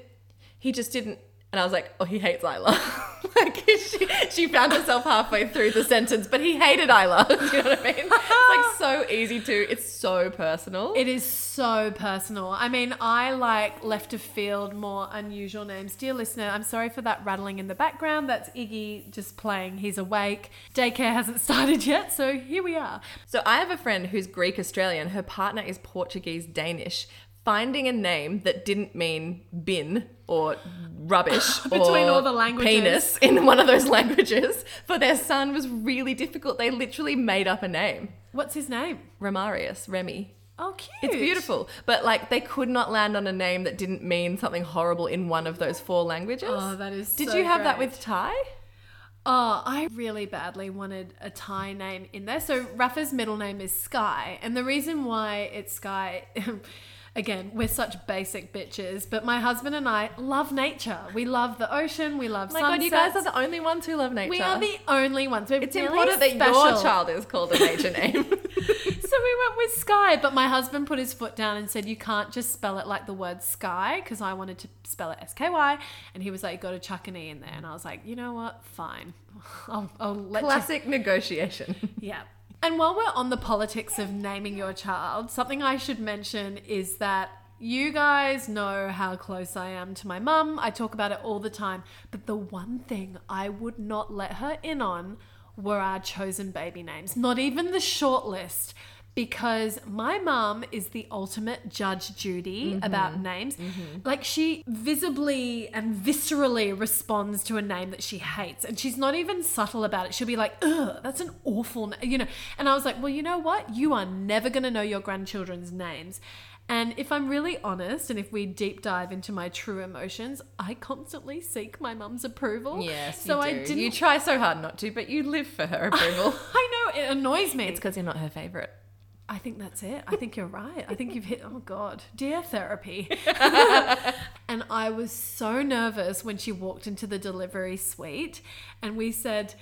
Speaker 1: he just didn't. And I was like, Oh, he hates Isla. like she, she found herself halfway through the sentence, but he hated Isla. Do you know what I mean? It's like so easy to. It's so personal.
Speaker 2: It is so personal. I mean, I like left of field, more unusual names. Dear listener, I'm sorry for that rattling in the background. That's Iggy just playing. He's awake. Daycare hasn't started yet, so here we are.
Speaker 1: So I have a friend who's Greek Australian. Her partner is Portuguese Danish. Finding a name that didn't mean bin or rubbish
Speaker 2: Between
Speaker 1: or
Speaker 2: all the languages.
Speaker 1: penis in one of those languages for their son was really difficult. They literally made up a name,
Speaker 2: What's his name?
Speaker 1: Romarius, Remy.
Speaker 2: Oh, cute.
Speaker 1: It's beautiful, but like they could not land on a name that didn't mean something horrible in one of those four languages.
Speaker 2: Oh, that is.
Speaker 1: Did
Speaker 2: so
Speaker 1: you have that
Speaker 2: great.
Speaker 1: with Thai?
Speaker 2: Oh, I really badly wanted a Thai name in there. So Rafa's middle name is Sky, and the reason why it's Sky. Again, we're such basic bitches, but my husband and I love nature. We love the ocean. We love
Speaker 1: My
Speaker 2: sunsets.
Speaker 1: God, you guys are the only ones who love nature.
Speaker 2: we are the only ones. We're
Speaker 1: it's
Speaker 2: really
Speaker 1: important that your
Speaker 2: special.
Speaker 1: child is called a nature name.
Speaker 2: So we went with Sky, but my husband put his foot down and said, "You can't just spell it like the word sky," because I wanted to spell it S K Y, and he was like, "You got to chuck an e in there," and I was like, "You know what? Fine, I'll, I'll let you
Speaker 1: Classic negotiation.
Speaker 2: Yeah. And while we're on the politics of naming your child, something I should mention is that you guys know how close I am to my mum. I talk about it all the time. But the one thing I would not let her in on were our chosen baby names, not even the short list. Because my mum is the ultimate Judge Judy
Speaker 1: Mm-hmm.
Speaker 2: about names. Like, she visibly and viscerally responds to a name that she hates, and she's not even subtle about it. She'll be like, ugh, that's an awful name, you know. And I was like, well, you know what? You are never going to know your grandchildren's names. And if I'm really honest, and if we deep dive into my true emotions, I constantly seek my mum's approval.
Speaker 1: Yes,
Speaker 2: so
Speaker 1: you
Speaker 2: I
Speaker 1: do.
Speaker 2: didn't.
Speaker 1: You try so hard not to, but you live for her approval.
Speaker 2: I know it annoys me.
Speaker 1: it's because you're not her favorite.
Speaker 2: I think that's it. I think you're right. I think you've hit, oh God, dear therapy. and I was so nervous when she walked into the delivery suite and we said,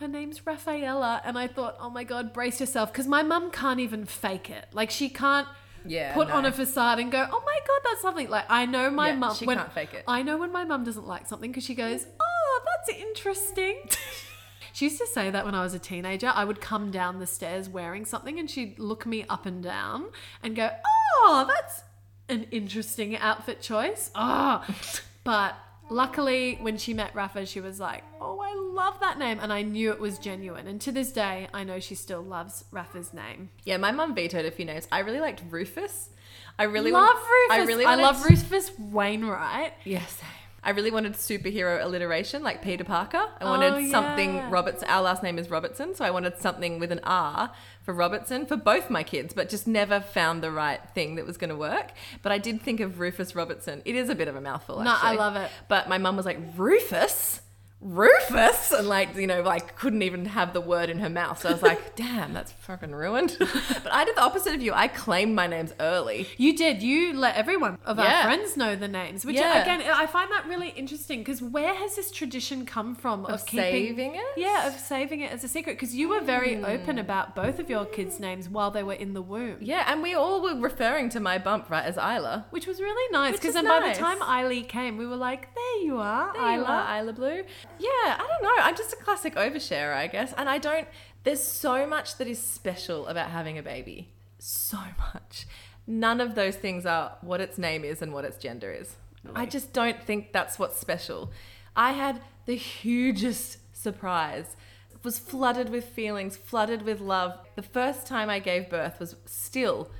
Speaker 2: her name's Raffaella. And I thought, oh my God, brace yourself. Because my mum can't even fake it. Like she can't
Speaker 1: Yeah,
Speaker 2: put
Speaker 1: no.
Speaker 2: on a facade and go, oh my God, that's lovely. Like I know my
Speaker 1: Yeah,
Speaker 2: mum.
Speaker 1: she
Speaker 2: when-
Speaker 1: can't fake it.
Speaker 2: I know when my mum doesn't like something because she goes, oh, that's interesting. She used to say that when I was a teenager. I would come down the stairs wearing something and she'd look me up and down and go, Oh, that's an interesting outfit choice. Oh. Ah. But Luckily, when she met Rafa, she was like, Oh, I love that name. And I knew it was genuine. And to this day, I know she still loves Rafa's name.
Speaker 1: Yeah, my mum vetoed a few names. I really liked Rufus. I really
Speaker 2: love
Speaker 1: want-
Speaker 2: Rufus.
Speaker 1: I really
Speaker 2: I
Speaker 1: wanted-
Speaker 2: love Rufus Wainwright.
Speaker 1: Yes. I really wanted superhero alliteration like Peter Parker. I wanted
Speaker 2: Oh,
Speaker 1: something
Speaker 2: yeah.
Speaker 1: Roberts. Our last name is Robertson, so I wanted something with an R for Robertson for both my kids, but just never found the right thing that was going to work. But I did think of Rufus Robertson. It is a bit of a mouthful.
Speaker 2: No, I
Speaker 1: actually.
Speaker 2: love it.
Speaker 1: But my mum was like Rufus. Rufus and like you know like couldn't even have the word in her mouth so I was like damn that's fucking ruined but I did the opposite of you I claimed my names early
Speaker 2: You did. You let everyone of our
Speaker 1: Yeah.
Speaker 2: friends know the names, which
Speaker 1: Yeah.
Speaker 2: again, I find that really interesting because where has this tradition come from of,
Speaker 1: of,
Speaker 2: keeping?
Speaker 1: saving it
Speaker 2: Yeah, of saving it as a secret because you were very
Speaker 1: Hmm.
Speaker 2: open about both of your kids' names while they were in the womb.
Speaker 1: Yeah, and we all were referring to my bump, right, as Isla.
Speaker 2: Which was really nice
Speaker 1: Which
Speaker 2: because
Speaker 1: is
Speaker 2: then by the
Speaker 1: nice.
Speaker 2: time Eileen came, we were like, there you are,
Speaker 1: Isla,
Speaker 2: Isla.
Speaker 1: Isla Blue. Yeah, I don't know. I'm just a classic overshare, I guess. And I don't, there's so much that is special about having a baby. So much. None of those things are what its name is and what its gender is. I just don't think that's what's special. I had the hugest surprise. Was flooded with feelings, flooded with love. The first time I gave birth was still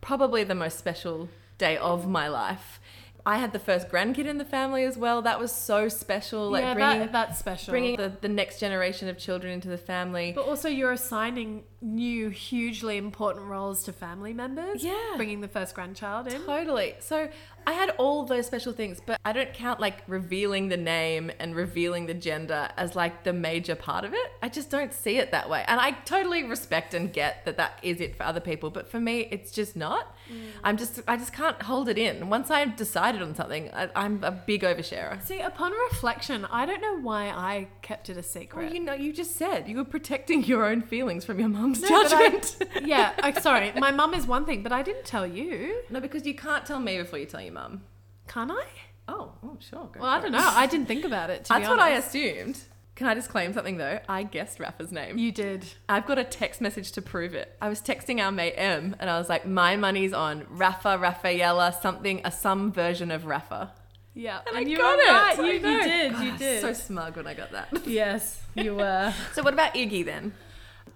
Speaker 1: probably the most special day of my life. I had the first grandkid in the family as well. That was so special, like
Speaker 2: yeah,
Speaker 1: bringing
Speaker 2: that, that's special.
Speaker 1: bringing the, the next generation of children into the family.
Speaker 2: but also, you're assigning new, hugely important roles to family members.
Speaker 1: Yeah.
Speaker 2: Bringing the first grandchild in.
Speaker 1: Totally. So I had all those special things, but I don't count like revealing the name and revealing the gender as like the major part of it. I just don't see it that way. And I totally respect and get that that is it for other people, but for me, it's just not.
Speaker 2: Mm.
Speaker 1: I'm just, I just can't hold it in. Once I've decided on something, I, I'm a big oversharer.
Speaker 2: See, upon reflection, I don't know why I kept it a
Speaker 1: Well,
Speaker 2: secret.
Speaker 1: you know, you just said you were protecting your own feelings from your mum's
Speaker 2: No, but I-
Speaker 1: judgment.
Speaker 2: yeah, i sorry. My mum is one thing, but I didn't tell you.
Speaker 1: no, because you can't tell me before you tell your mum.
Speaker 2: Can I?
Speaker 1: Oh, oh sure. Go
Speaker 2: Well, I
Speaker 1: for it.
Speaker 2: don't know. I didn't think about it. To
Speaker 1: That's
Speaker 2: be
Speaker 1: what I
Speaker 2: honest.
Speaker 1: assumed. Can I just claim something though? I guessed Rafa's name.
Speaker 2: You did.
Speaker 1: I've got a text message to prove it. I was texting our mate M and I was like, my money's on Rafa, Rafaela, something, a some version of Rafa.
Speaker 2: Yeah,
Speaker 1: And, I
Speaker 2: you
Speaker 1: got
Speaker 2: were
Speaker 1: it.
Speaker 2: right.
Speaker 1: I
Speaker 2: You, you
Speaker 1: know.
Speaker 2: did.
Speaker 1: God, I
Speaker 2: you
Speaker 1: was
Speaker 2: did.
Speaker 1: So smug when I got that.
Speaker 2: yes, you were.
Speaker 1: so what about Iggy then?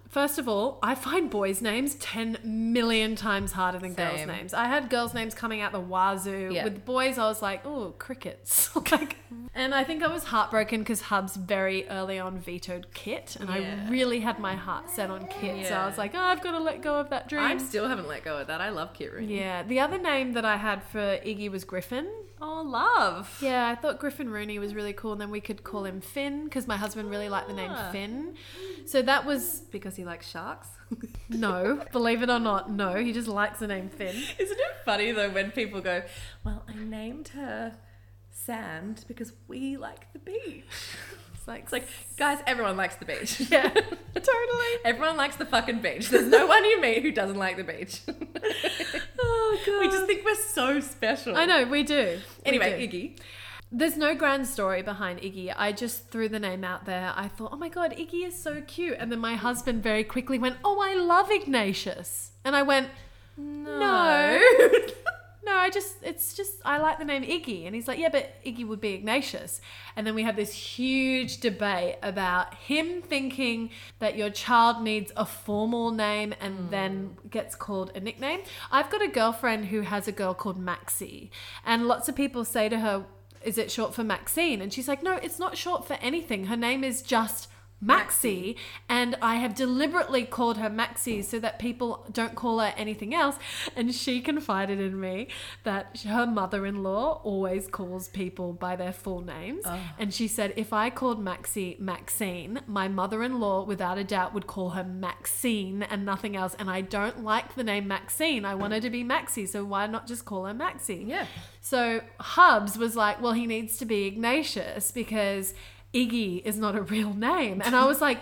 Speaker 2: First of all, I find boys' names 10 million times harder than girls'
Speaker 1: Same.
Speaker 2: names. I had girls' names coming out the wazoo.
Speaker 1: Yeah.
Speaker 2: With boys, I was like, oh, crickets. like, and I think I was heartbroken because Hubs very early on vetoed Kit, and I
Speaker 1: Yeah.
Speaker 2: really had my heart set on Kit. So I
Speaker 1: Yeah.
Speaker 2: was like, oh, I've got to let go of that dream.
Speaker 1: I still haven't let go of that. I love Kit Rooney.
Speaker 2: yeah. The other name that I had for Iggy was Griffin.
Speaker 1: Oh, love.
Speaker 2: Yeah, I thought Griffin Rooney was really cool, and then we could call him Finn because my husband really liked the name
Speaker 1: Ah.
Speaker 2: Finn. So that was
Speaker 1: Because he likes sharks.
Speaker 2: No, believe it or not, no. He just likes the name Finn.
Speaker 1: Isn't it funny though when people go, Well, I named her Sand because we like the beach. It's like, it's like guys, everyone likes the beach.
Speaker 2: Yeah, totally.
Speaker 1: Everyone likes the fucking beach. There's no one you meet who doesn't like the beach.
Speaker 2: Oh
Speaker 1: we just think we're so special.
Speaker 2: I know we do. We
Speaker 1: Anyway,
Speaker 2: do.
Speaker 1: Iggy.
Speaker 2: there's no grand story behind Iggy. I just threw the name out there. I thought, oh my god, Iggy is so cute, and then my husband very quickly went, oh, I love Ignatius, and I went, no. No, I just, it's just, I like the name Iggy. And he's like, yeah, but Iggy would be Ignatius. And then we had this huge debate about him thinking that your child needs a formal name and then gets called a nickname. I've got a girlfriend who has a girl called Maxie. And lots of people say to her, is it short for Maxine? And she's like, no, it's not short for anything. Her name is just Maxie, and I have deliberately called her Maxie so that people don't call her anything else. And she confided in me that her mother in law always calls people by their full names. And she said, if I called Maxie Maxine, my mother in law, without a doubt, would call her Maxine and nothing else. And I don't like the name Maxine. I want her to be Maxie, so why not just call her Maxie?
Speaker 1: Yeah.
Speaker 2: So Hubs was like, well, he needs to be Ignatius because Iggy is not a real name. And I was like,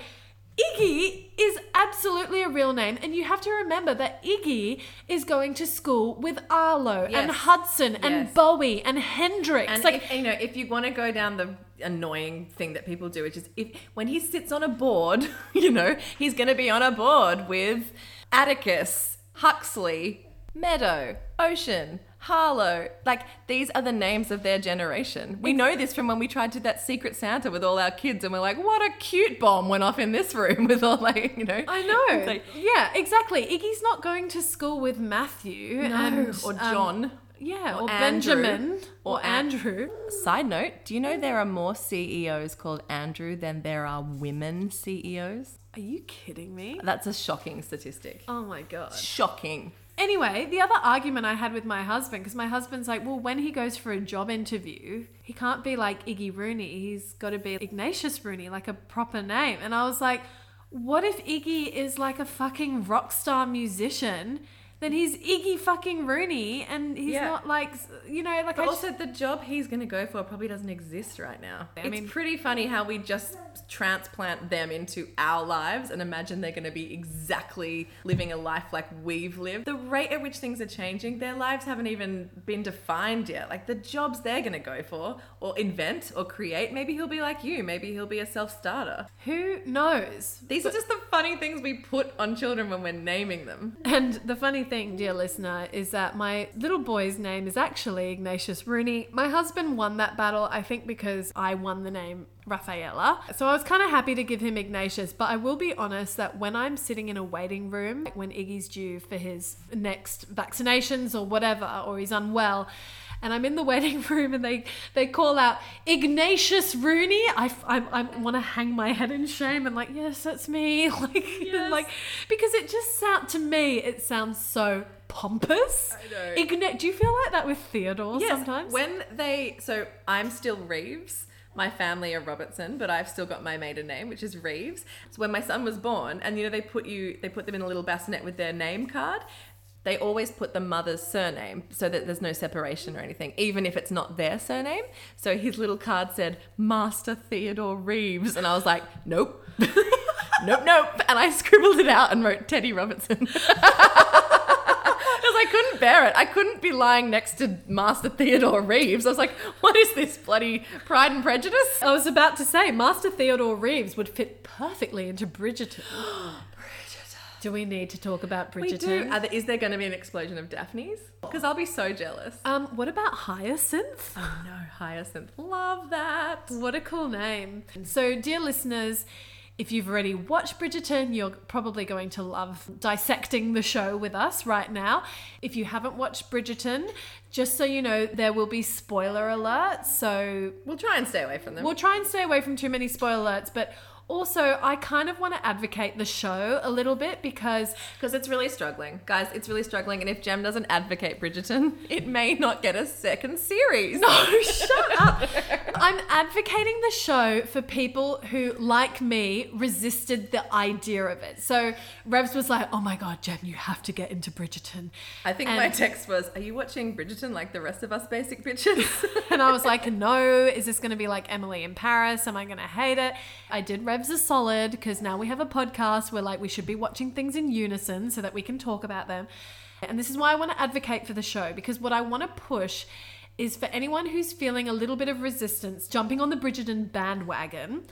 Speaker 2: Iggy is absolutely a real name. And you have to remember that Iggy is going to school with Arlo and
Speaker 1: Yes.
Speaker 2: Hudson and
Speaker 1: Yes.
Speaker 2: Bowie and Hendrix.
Speaker 1: And
Speaker 2: like,
Speaker 1: if, you know, if you want to go down the annoying thing that people do, which is if when he sits on a board, you know, he's going to be on a board with Atticus, Huxley, Meadow, Ocean, Harlow. Like these are the names of their generation. We know this from when we tried to do that Secret Santa with all our kids, and we're like, what a cute bomb went off in this room with all like you know.
Speaker 2: I know.
Speaker 1: It's like-
Speaker 2: yeah, exactly. Iggy's not going to school with Matthew and,
Speaker 1: or
Speaker 2: um,
Speaker 1: John.
Speaker 2: yeah, or,
Speaker 1: or Andrew,
Speaker 2: Benjamin or,
Speaker 1: or An-
Speaker 2: Andrew.
Speaker 1: Side note: Do you know there are more CEOs called Andrew than there are women CEOs?
Speaker 2: Are you kidding me?
Speaker 1: That's a shocking statistic.
Speaker 2: Oh my god.
Speaker 1: Shocking.
Speaker 2: Anyway, the other argument I had with my husband, because my husband's like, well, when he goes for a job interview, he can't be like Iggy Rooney. He's got to be Ignatius Rooney, like a proper name. And I was like, what if Iggy is like a fucking rock star musician? Then he's Iggy fucking Rooney, and he's
Speaker 1: Yeah.
Speaker 2: not like, you know, like I
Speaker 1: But
Speaker 2: just-
Speaker 1: also, the job he's going to go for probably doesn't exist right now.
Speaker 2: I
Speaker 1: it's
Speaker 2: mean-
Speaker 1: pretty funny how we just transplant them into our lives and imagine they're going to be exactly living a life like we've lived. The rate at which things are changing, their lives haven't even been defined yet. Like the jobs they're going to go for or invent or create, maybe he'll be like you, maybe he'll be a self starter.
Speaker 2: who knows?
Speaker 1: These are just the funny things we put on children when we're naming them.
Speaker 2: And the funny thing, dear listener, is that my little boy's name is actually Ignatius Rooney. My husband won that battle, I think, because I won the name Rafaela. So I was kind of happy to give him Ignatius, but I will be honest that when I'm sitting in a waiting room, like when Iggy's due for his next vaccinations or whatever, or he's unwell, and I'm in the waiting room and they, they call out Ignatius Rooney. I, f- I, want to hang my head in shame and like, yes, that's me. Like,
Speaker 1: Yes.
Speaker 2: like because it just sound to me it sounds so pompous.
Speaker 1: I know.
Speaker 2: Igna- do you feel like that with Theodore
Speaker 1: Yes,
Speaker 2: sometimes?
Speaker 1: When they, so I'm still Reeves. My family are Robertson, but I've still got my maiden name, which is Reeves. So when my son was born, and you know they put you, they put them in a little bassinet with their name card. They always put the mother's surname so that there's no separation or anything, even if it's not their surname. So his little card said Master Theodore Reeves, and I was like, nope, nope, nope, and I scribbled it out and wrote Teddy Robertson. Because I couldn't bear it. I couldn't be lying next to Master Theodore Reeves. I was like, what is this bloody Pride and Prejudice?
Speaker 2: I was about to say Master Theodore Reeves would fit perfectly into Bridgerton. Do we need to talk about Bridgerton?
Speaker 1: We do. Are there, is there going to be an explosion of Daphne's? Because I'll be so jealous.
Speaker 2: Um, what about Hyacinth?
Speaker 1: Oh no, Hyacinth. Love that.
Speaker 2: What a cool name. So, dear listeners, if you've already watched Bridgerton, you're probably going to love dissecting the show with us right now. If you haven't watched Bridgerton, just so you know, there will be spoiler alerts. So,
Speaker 1: We'll try and stay away from them.
Speaker 2: we'll try and stay away from too many spoiler alerts, but also, I kind of want to advocate the show a little bit because
Speaker 1: Because it's really struggling. Guys, it's really struggling. And if Jem doesn't advocate Bridgerton, it may not get a second series.
Speaker 2: No, shut up. I'm advocating the show for people who, like me, resisted the idea of it. So Revs was like, oh my God, Jen, you have to get into Bridgerton.
Speaker 1: I think
Speaker 2: And-
Speaker 1: my text was, are you watching Bridgerton like the rest of us basic bitches?
Speaker 2: and I was like, no, is this going to be like Emily in Paris? Am I going to hate it? I did Revs a solid because now we have a podcast where like we should be watching things in unison so that we can talk about them. And this is why I want to advocate for the show because what I want to push is for anyone who's feeling a little bit of resistance jumping on the Bridgerton bandwagon.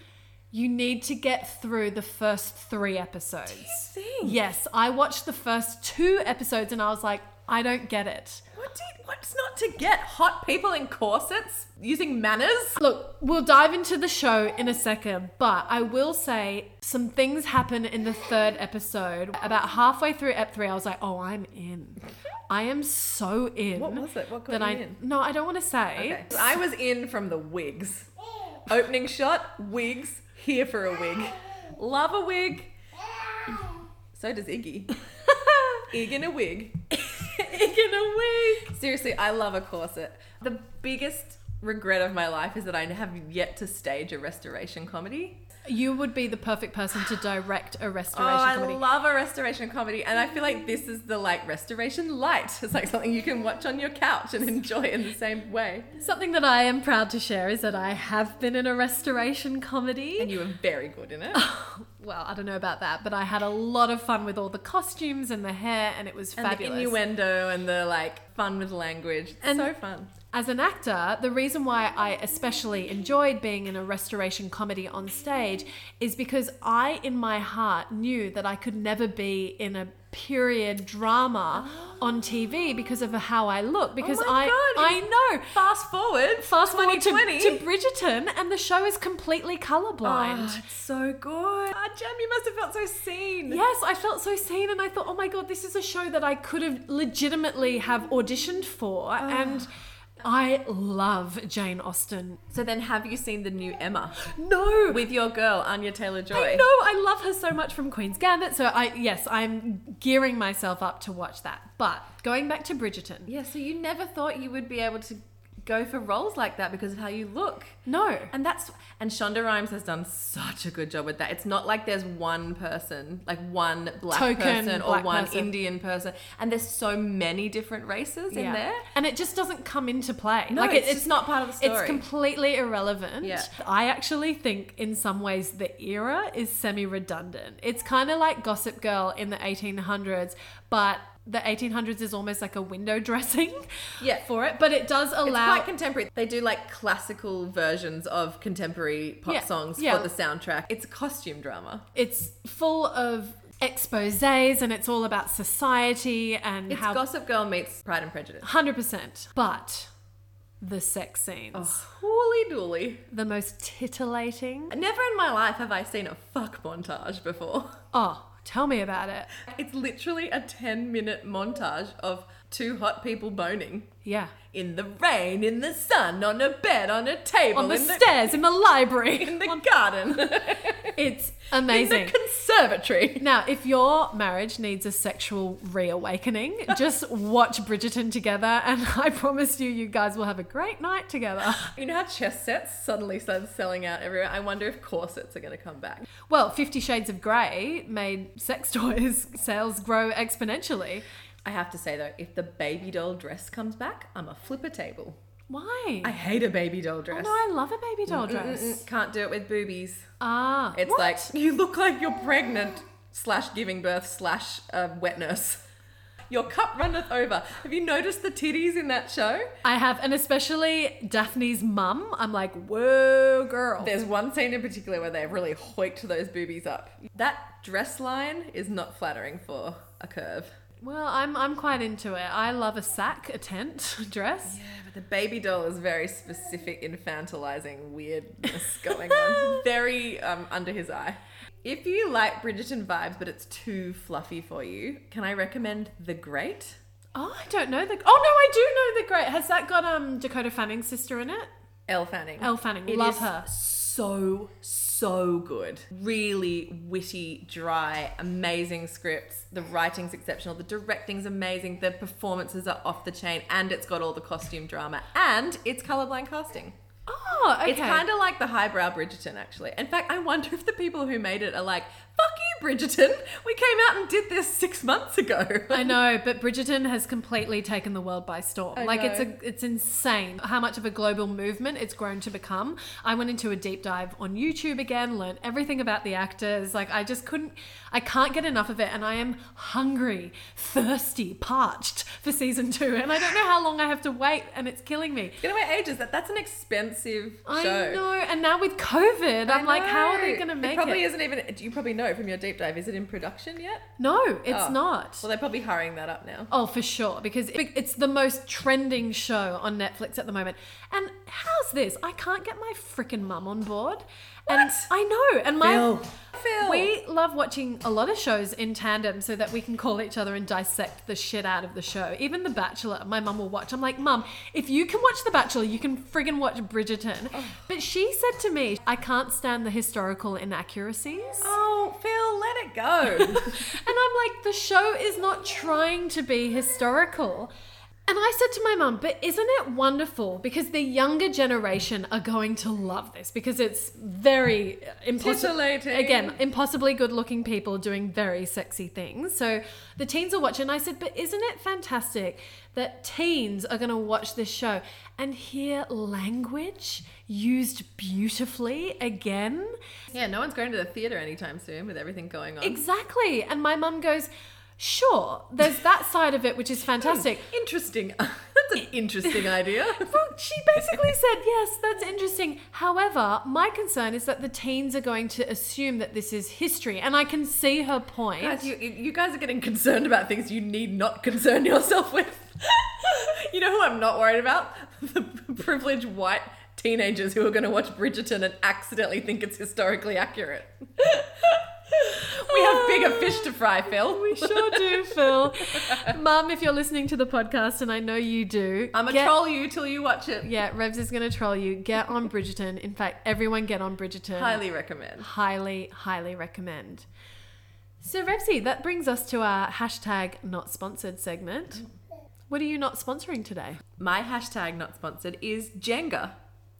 Speaker 2: You need to get through the first three episodes.
Speaker 1: think?
Speaker 2: Yes, I watched the first two episodes and I was like, I don't get it.
Speaker 1: What did, what's not to get? Hot people in corsets using manners?
Speaker 2: Look, we'll dive into the show in a second, but I will say some things happen in the third episode. About halfway through ep three, I was like, "Oh, I'm in. I am so in."
Speaker 1: What was it? What got
Speaker 2: that
Speaker 1: you
Speaker 2: I
Speaker 1: in?
Speaker 2: no, I don't want to say.
Speaker 1: Okay. So I was in from the wigs. Opening shot, wigs, here for a wig. Love a wig. So does Iggy. Ig in a wig. Ig in a wig. Seriously, I love a corset. The biggest regret of my life is that I have yet to stage a restoration comedy.
Speaker 2: You would be the perfect person to direct a restoration
Speaker 1: Oh, I
Speaker 2: comedy.
Speaker 1: love a restoration comedy, and I feel like this is the like restoration light. It's like something you can watch on your couch and enjoy in the same way.
Speaker 2: Something that I am proud to share is that I have been in a restoration comedy.
Speaker 1: And you were very good in it.
Speaker 2: well, I don't know about that, but I had a lot of fun with all the costumes and the hair, and it was
Speaker 1: and
Speaker 2: fabulous.
Speaker 1: the innuendo and the like fun with language. It's
Speaker 2: And-
Speaker 1: so fun.
Speaker 2: As an actor, the reason why I especially enjoyed being in a restoration comedy on stage is because I, in my heart, knew that I could never be in a period drama on TV because of how I look. Because
Speaker 1: Oh. my
Speaker 2: I,
Speaker 1: God, you-
Speaker 2: I know.
Speaker 1: Fast forward,
Speaker 2: Fast forward to,
Speaker 1: 2020.
Speaker 2: to Bridgerton, and the show is completely colorblind.
Speaker 1: Oh, it's so good. Ah, Jem, you must have felt so seen.
Speaker 2: Yes, I felt so seen, and I thought, oh my god, this is a show that I could have legitimately have auditioned for,
Speaker 1: Ah.
Speaker 2: and I love Jane Austen.
Speaker 1: So then, have you seen the new Emma
Speaker 2: No,
Speaker 1: with your girl Anya Taylor Joy?
Speaker 2: I know I love her so much from Queen's Gambit, so I yes, I'm gearing myself up to watch that. But going back to Bridgerton,
Speaker 1: Yeah. So you never thought you would be able to go for roles like that because of how you look.
Speaker 2: no,
Speaker 1: And that's and Shonda Rhimes has done such a good job with that. It's not like there's one person, like one black
Speaker 2: Token
Speaker 1: person or
Speaker 2: black
Speaker 1: one
Speaker 2: person.
Speaker 1: Indian person, and there's so many different races in there.
Speaker 2: And it just doesn't come into play.
Speaker 1: No,
Speaker 2: like
Speaker 1: it's
Speaker 2: it- it's,
Speaker 1: just not part of the story.
Speaker 2: It's completely irrelevant.
Speaker 1: Yeah.
Speaker 2: I actually think in some ways the era is semi-redundant. It's kind of like Gossip Girl in the 1800s, but the 1800s is almost like a window dressing
Speaker 1: Yeah.
Speaker 2: for it, but it does
Speaker 1: It's
Speaker 2: allow
Speaker 1: quite contemporary. They do like classical versions of contemporary pop
Speaker 2: Yeah,
Speaker 1: songs
Speaker 2: yeah.
Speaker 1: for the soundtrack. It's a costume drama.
Speaker 2: it's full of exposés and it's all about society and
Speaker 1: It's
Speaker 2: how
Speaker 1: Gossip Girl meets Pride and Prejudice.
Speaker 2: 100%. But the sex scenes,
Speaker 1: Holy dooly.
Speaker 2: the most titillating.
Speaker 1: Never in my life have I seen a fuck montage before.
Speaker 2: Oh, tell me about it.
Speaker 1: It's literally a 10 minute montage of two hot people boning.
Speaker 2: Yeah.
Speaker 1: In the rain, in the sun, on a bed, on a table,
Speaker 2: on the
Speaker 1: in the,
Speaker 2: stairs in the library.
Speaker 1: in the garden,
Speaker 2: it's
Speaker 1: in
Speaker 2: amazing.
Speaker 1: the conservatory.
Speaker 2: now, if your marriage needs a sexual reawakening, just watch Bridgerton together, and I promise you, you guys will have a great night together.
Speaker 1: You know how chess sets suddenly started selling out everywhere? I wonder if corsets are going to come back.
Speaker 2: Well, Fifty Shades of Grey made sex toys sales grow exponentially.
Speaker 1: I have to say though, if the baby doll dress comes back, I'm a flipper table.
Speaker 2: Why?
Speaker 1: I hate a baby doll
Speaker 2: Oh,
Speaker 1: dress.
Speaker 2: no, I love a baby doll dress.
Speaker 1: Mm-mm, can't do it with boobies.
Speaker 2: Ah,
Speaker 1: It's
Speaker 2: what?
Speaker 1: like you look like you're pregnant slash giving birth slash uh, wet nurse. Your cup runneth over. Have you noticed the titties in that show?
Speaker 2: I have, and especially Daphne's mum. I'm like, whoa, girl.
Speaker 1: There's one scene in particular where they've really hoiked those boobies up. That dress line is not flattering for a curve.
Speaker 2: Well, I'm I'm quite into it. I love a sack, a tent dress.
Speaker 1: Yeah, but the baby doll is very specific, infantilizing weirdness going on. very um, under his eye. If you like Bridgerton vibes, but it's too fluffy for you, can I recommend The Great?
Speaker 2: Oh, I don't know the. Oh no, I do know the great. Has that got um Dakota Fanning's sister in it?
Speaker 1: Elle Fanning.
Speaker 2: Elle Fanning,
Speaker 1: It
Speaker 2: love
Speaker 1: is
Speaker 2: her.
Speaker 1: So, so good. Really witty, dry, amazing scripts. The writing's exceptional. The directing's amazing. The performances are off the chain. And it's got all the costume drama. And it's colorblind casting.
Speaker 2: Oh, okay.
Speaker 1: It's kind of like the highbrow Bridgerton, actually. In fact, I wonder if the people who made it are like, fuck you, Bridgerton. We came out and did this six months ago.
Speaker 2: I know, but Bridgerton has completely taken the world by storm.
Speaker 1: I
Speaker 2: like it's
Speaker 1: know.
Speaker 2: a, it's insane how much of a global movement it's grown to become. I went into a deep dive on YouTube again, learned everything about the actors. Like I just couldn't, I can't get enough of it, and I am hungry, thirsty, parched for season two, and I don't know how long I have to wait, and it's killing me.
Speaker 1: It's going to wait ages. That, that's an expensive show.
Speaker 2: I know, and now with COVID, I'm like, how are they going to
Speaker 1: to
Speaker 2: make it?
Speaker 1: Probably is isn't even. You probably know from your deep dive. Is it in production yet?
Speaker 2: No, it's
Speaker 1: Oh.
Speaker 2: not.
Speaker 1: Well, they're probably hiring that up now.
Speaker 2: Oh, for sure, because it- it's the most trending show on Netflix at the moment. And how's this? I can't get my frickin' mum on board. And
Speaker 1: What?
Speaker 2: I know. And my
Speaker 1: Phil. Phil.
Speaker 2: we love watching a lot of shows in tandem so that we can call each other and dissect the shit out of the show. Even The Bachelor, my mum will watch. I'm like, Mum, if you can watch The Bachelor, you can friggin' watch Bridgerton. But she said to me, I can't stand the historical inaccuracies.
Speaker 1: Oh, Phil, let it go.
Speaker 2: And I'm like, the show is not trying to be historical. And I said to my mum, but isn't it wonderful? Because the younger generation are going to love this because it's very uh, impossible.
Speaker 1: Titillating.
Speaker 2: Again, impossibly good looking people doing very sexy things. So the teens will watch it. And I said, but isn't it fantastic that teens are going to watch this show and hear language used beautifully again?
Speaker 1: yeah, no one's going to the theater anytime soon with everything going on.
Speaker 2: Exactly. And my mum goes, Sure, there's that side of it, which is fantastic.
Speaker 1: Interesting. That's an interesting idea.
Speaker 2: Well, she basically said, yes, that's interesting. However, my concern is that the teens are going to assume that this is history. And I can see her point.
Speaker 1: Guys, you, you you guys are getting concerned about things you need not concern yourself with. you know who I'm not worried about? The privileged white teenagers who are going to watch Bridgerton and accidentally think it's historically accurate. we have bigger fish to fry, Phil.
Speaker 2: we sure do, Phil. Mum, if you're listening to the podcast, and I know you do,
Speaker 1: I'm going to
Speaker 2: get-
Speaker 1: troll you till you watch it.
Speaker 2: Yeah, Revs is going to troll you. Get on Bridgerton. In fact, everyone get on Bridgerton.
Speaker 1: Highly recommend.
Speaker 2: highly, highly recommend. So, Revsy, that brings us to our hashtag not sponsored segment. What are you not sponsoring today?
Speaker 1: My hashtag not sponsored is Jenga.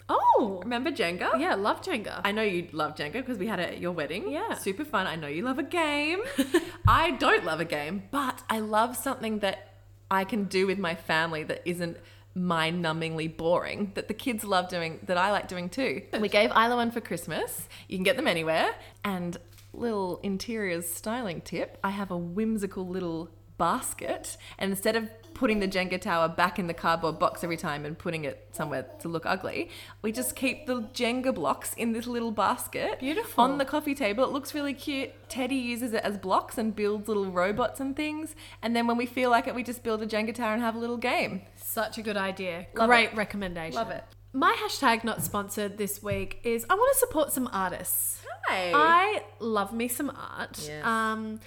Speaker 2: Oh,
Speaker 1: Remember Jenga?
Speaker 2: yeah, love Jenga.
Speaker 1: I know you love Jenga because we had it at your wedding.
Speaker 2: Yeah.
Speaker 1: Super fun. I know you love a game. I don't love a game, but I love something that I can do with my family that isn't mind numbingly boring that the kids love doing that I like doing too. We gave Isla one for Christmas. You can get them anywhere. And little interiors styling tip I have a whimsical little basket and instead of putting the Jenga tower back in the cardboard box every time and putting it somewhere to look ugly, we just keep the Jenga blocks in this little basket.
Speaker 2: Beautiful.
Speaker 1: On the coffee table. It looks really cute. Teddy uses it as blocks and builds little robots and things. And then when we feel like it, we just build a Jenga tower and have a little game.
Speaker 2: Such a good idea.
Speaker 1: Love
Speaker 2: Great recommendation.
Speaker 1: Love it.
Speaker 2: My hashtag not sponsored this week is I want to support some artists.
Speaker 1: Hi.
Speaker 2: I love me some art.
Speaker 1: Yes.
Speaker 2: Um,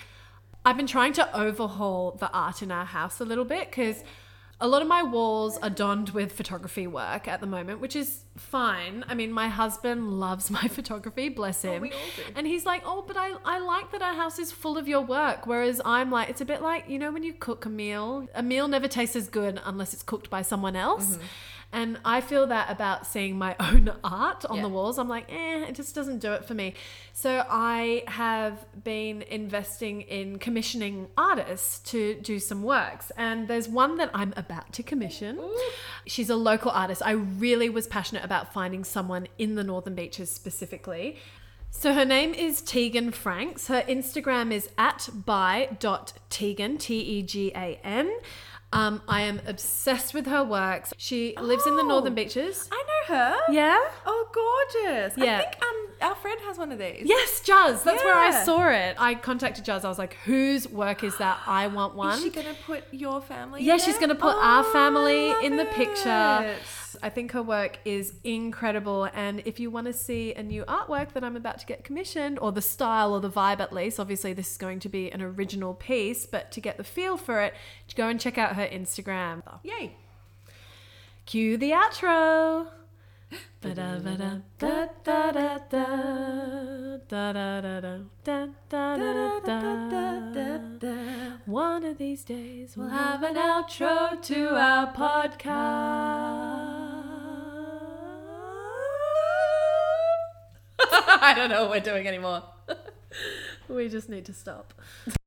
Speaker 2: I've been trying to overhaul the art in our house a little bit because a lot of my walls are donned with photography work at the moment, which is fine. I mean, my husband loves my photography, bless him.
Speaker 1: Oh, we all do.
Speaker 2: And he's like, oh, but I, I like that our house is full of your work. Whereas I'm like, it's a bit like, you know, when you cook a meal, a meal never tastes as good unless it's cooked by someone else.
Speaker 1: Mm-hmm.
Speaker 2: And I feel that about seeing my own art on
Speaker 1: Yeah.
Speaker 2: the walls. I'm like, eh, it just doesn't do it for me. So I have been investing in commissioning artists to do some works. And there's one that I'm about to commission. She's a local artist. I really was passionate about finding someone in the Northern Beaches specifically. So her name is Tegan Franks. Her Instagram is at by.tegan, T E G A N. Um, I am obsessed with her works. She lives in the
Speaker 1: Oh.
Speaker 2: Northern Beaches.
Speaker 1: I know her.
Speaker 2: Yeah?
Speaker 1: Oh, gorgeous.
Speaker 2: Yeah.
Speaker 1: I think um, our friend has one of these.
Speaker 2: Yes, Jazz. That's where I
Speaker 1: Yeah.
Speaker 2: saw it. I contacted Jazz. I was like, whose work is that? I want one.
Speaker 1: Is she going to put your family
Speaker 2: yeah,
Speaker 1: in
Speaker 2: she's
Speaker 1: there?
Speaker 2: going to put our
Speaker 1: Oh,
Speaker 2: family
Speaker 1: I love
Speaker 2: in the picture.
Speaker 1: it.
Speaker 2: I think her work is incredible. And if you want to see a new artwork that I'm about to get commissioned, or the style or the vibe at least, obviously this is going to be an original piece, but to get the feel for it, go and check out her Instagram.
Speaker 1: Yay.
Speaker 2: Cue the outro. Ba-da-ba-da, da-da-da-da, da-da-da-da, da-da-da-da-da. One of these days we'll have an outro to our podcast.
Speaker 1: I don't know what we're doing anymore.
Speaker 2: We just need to stop.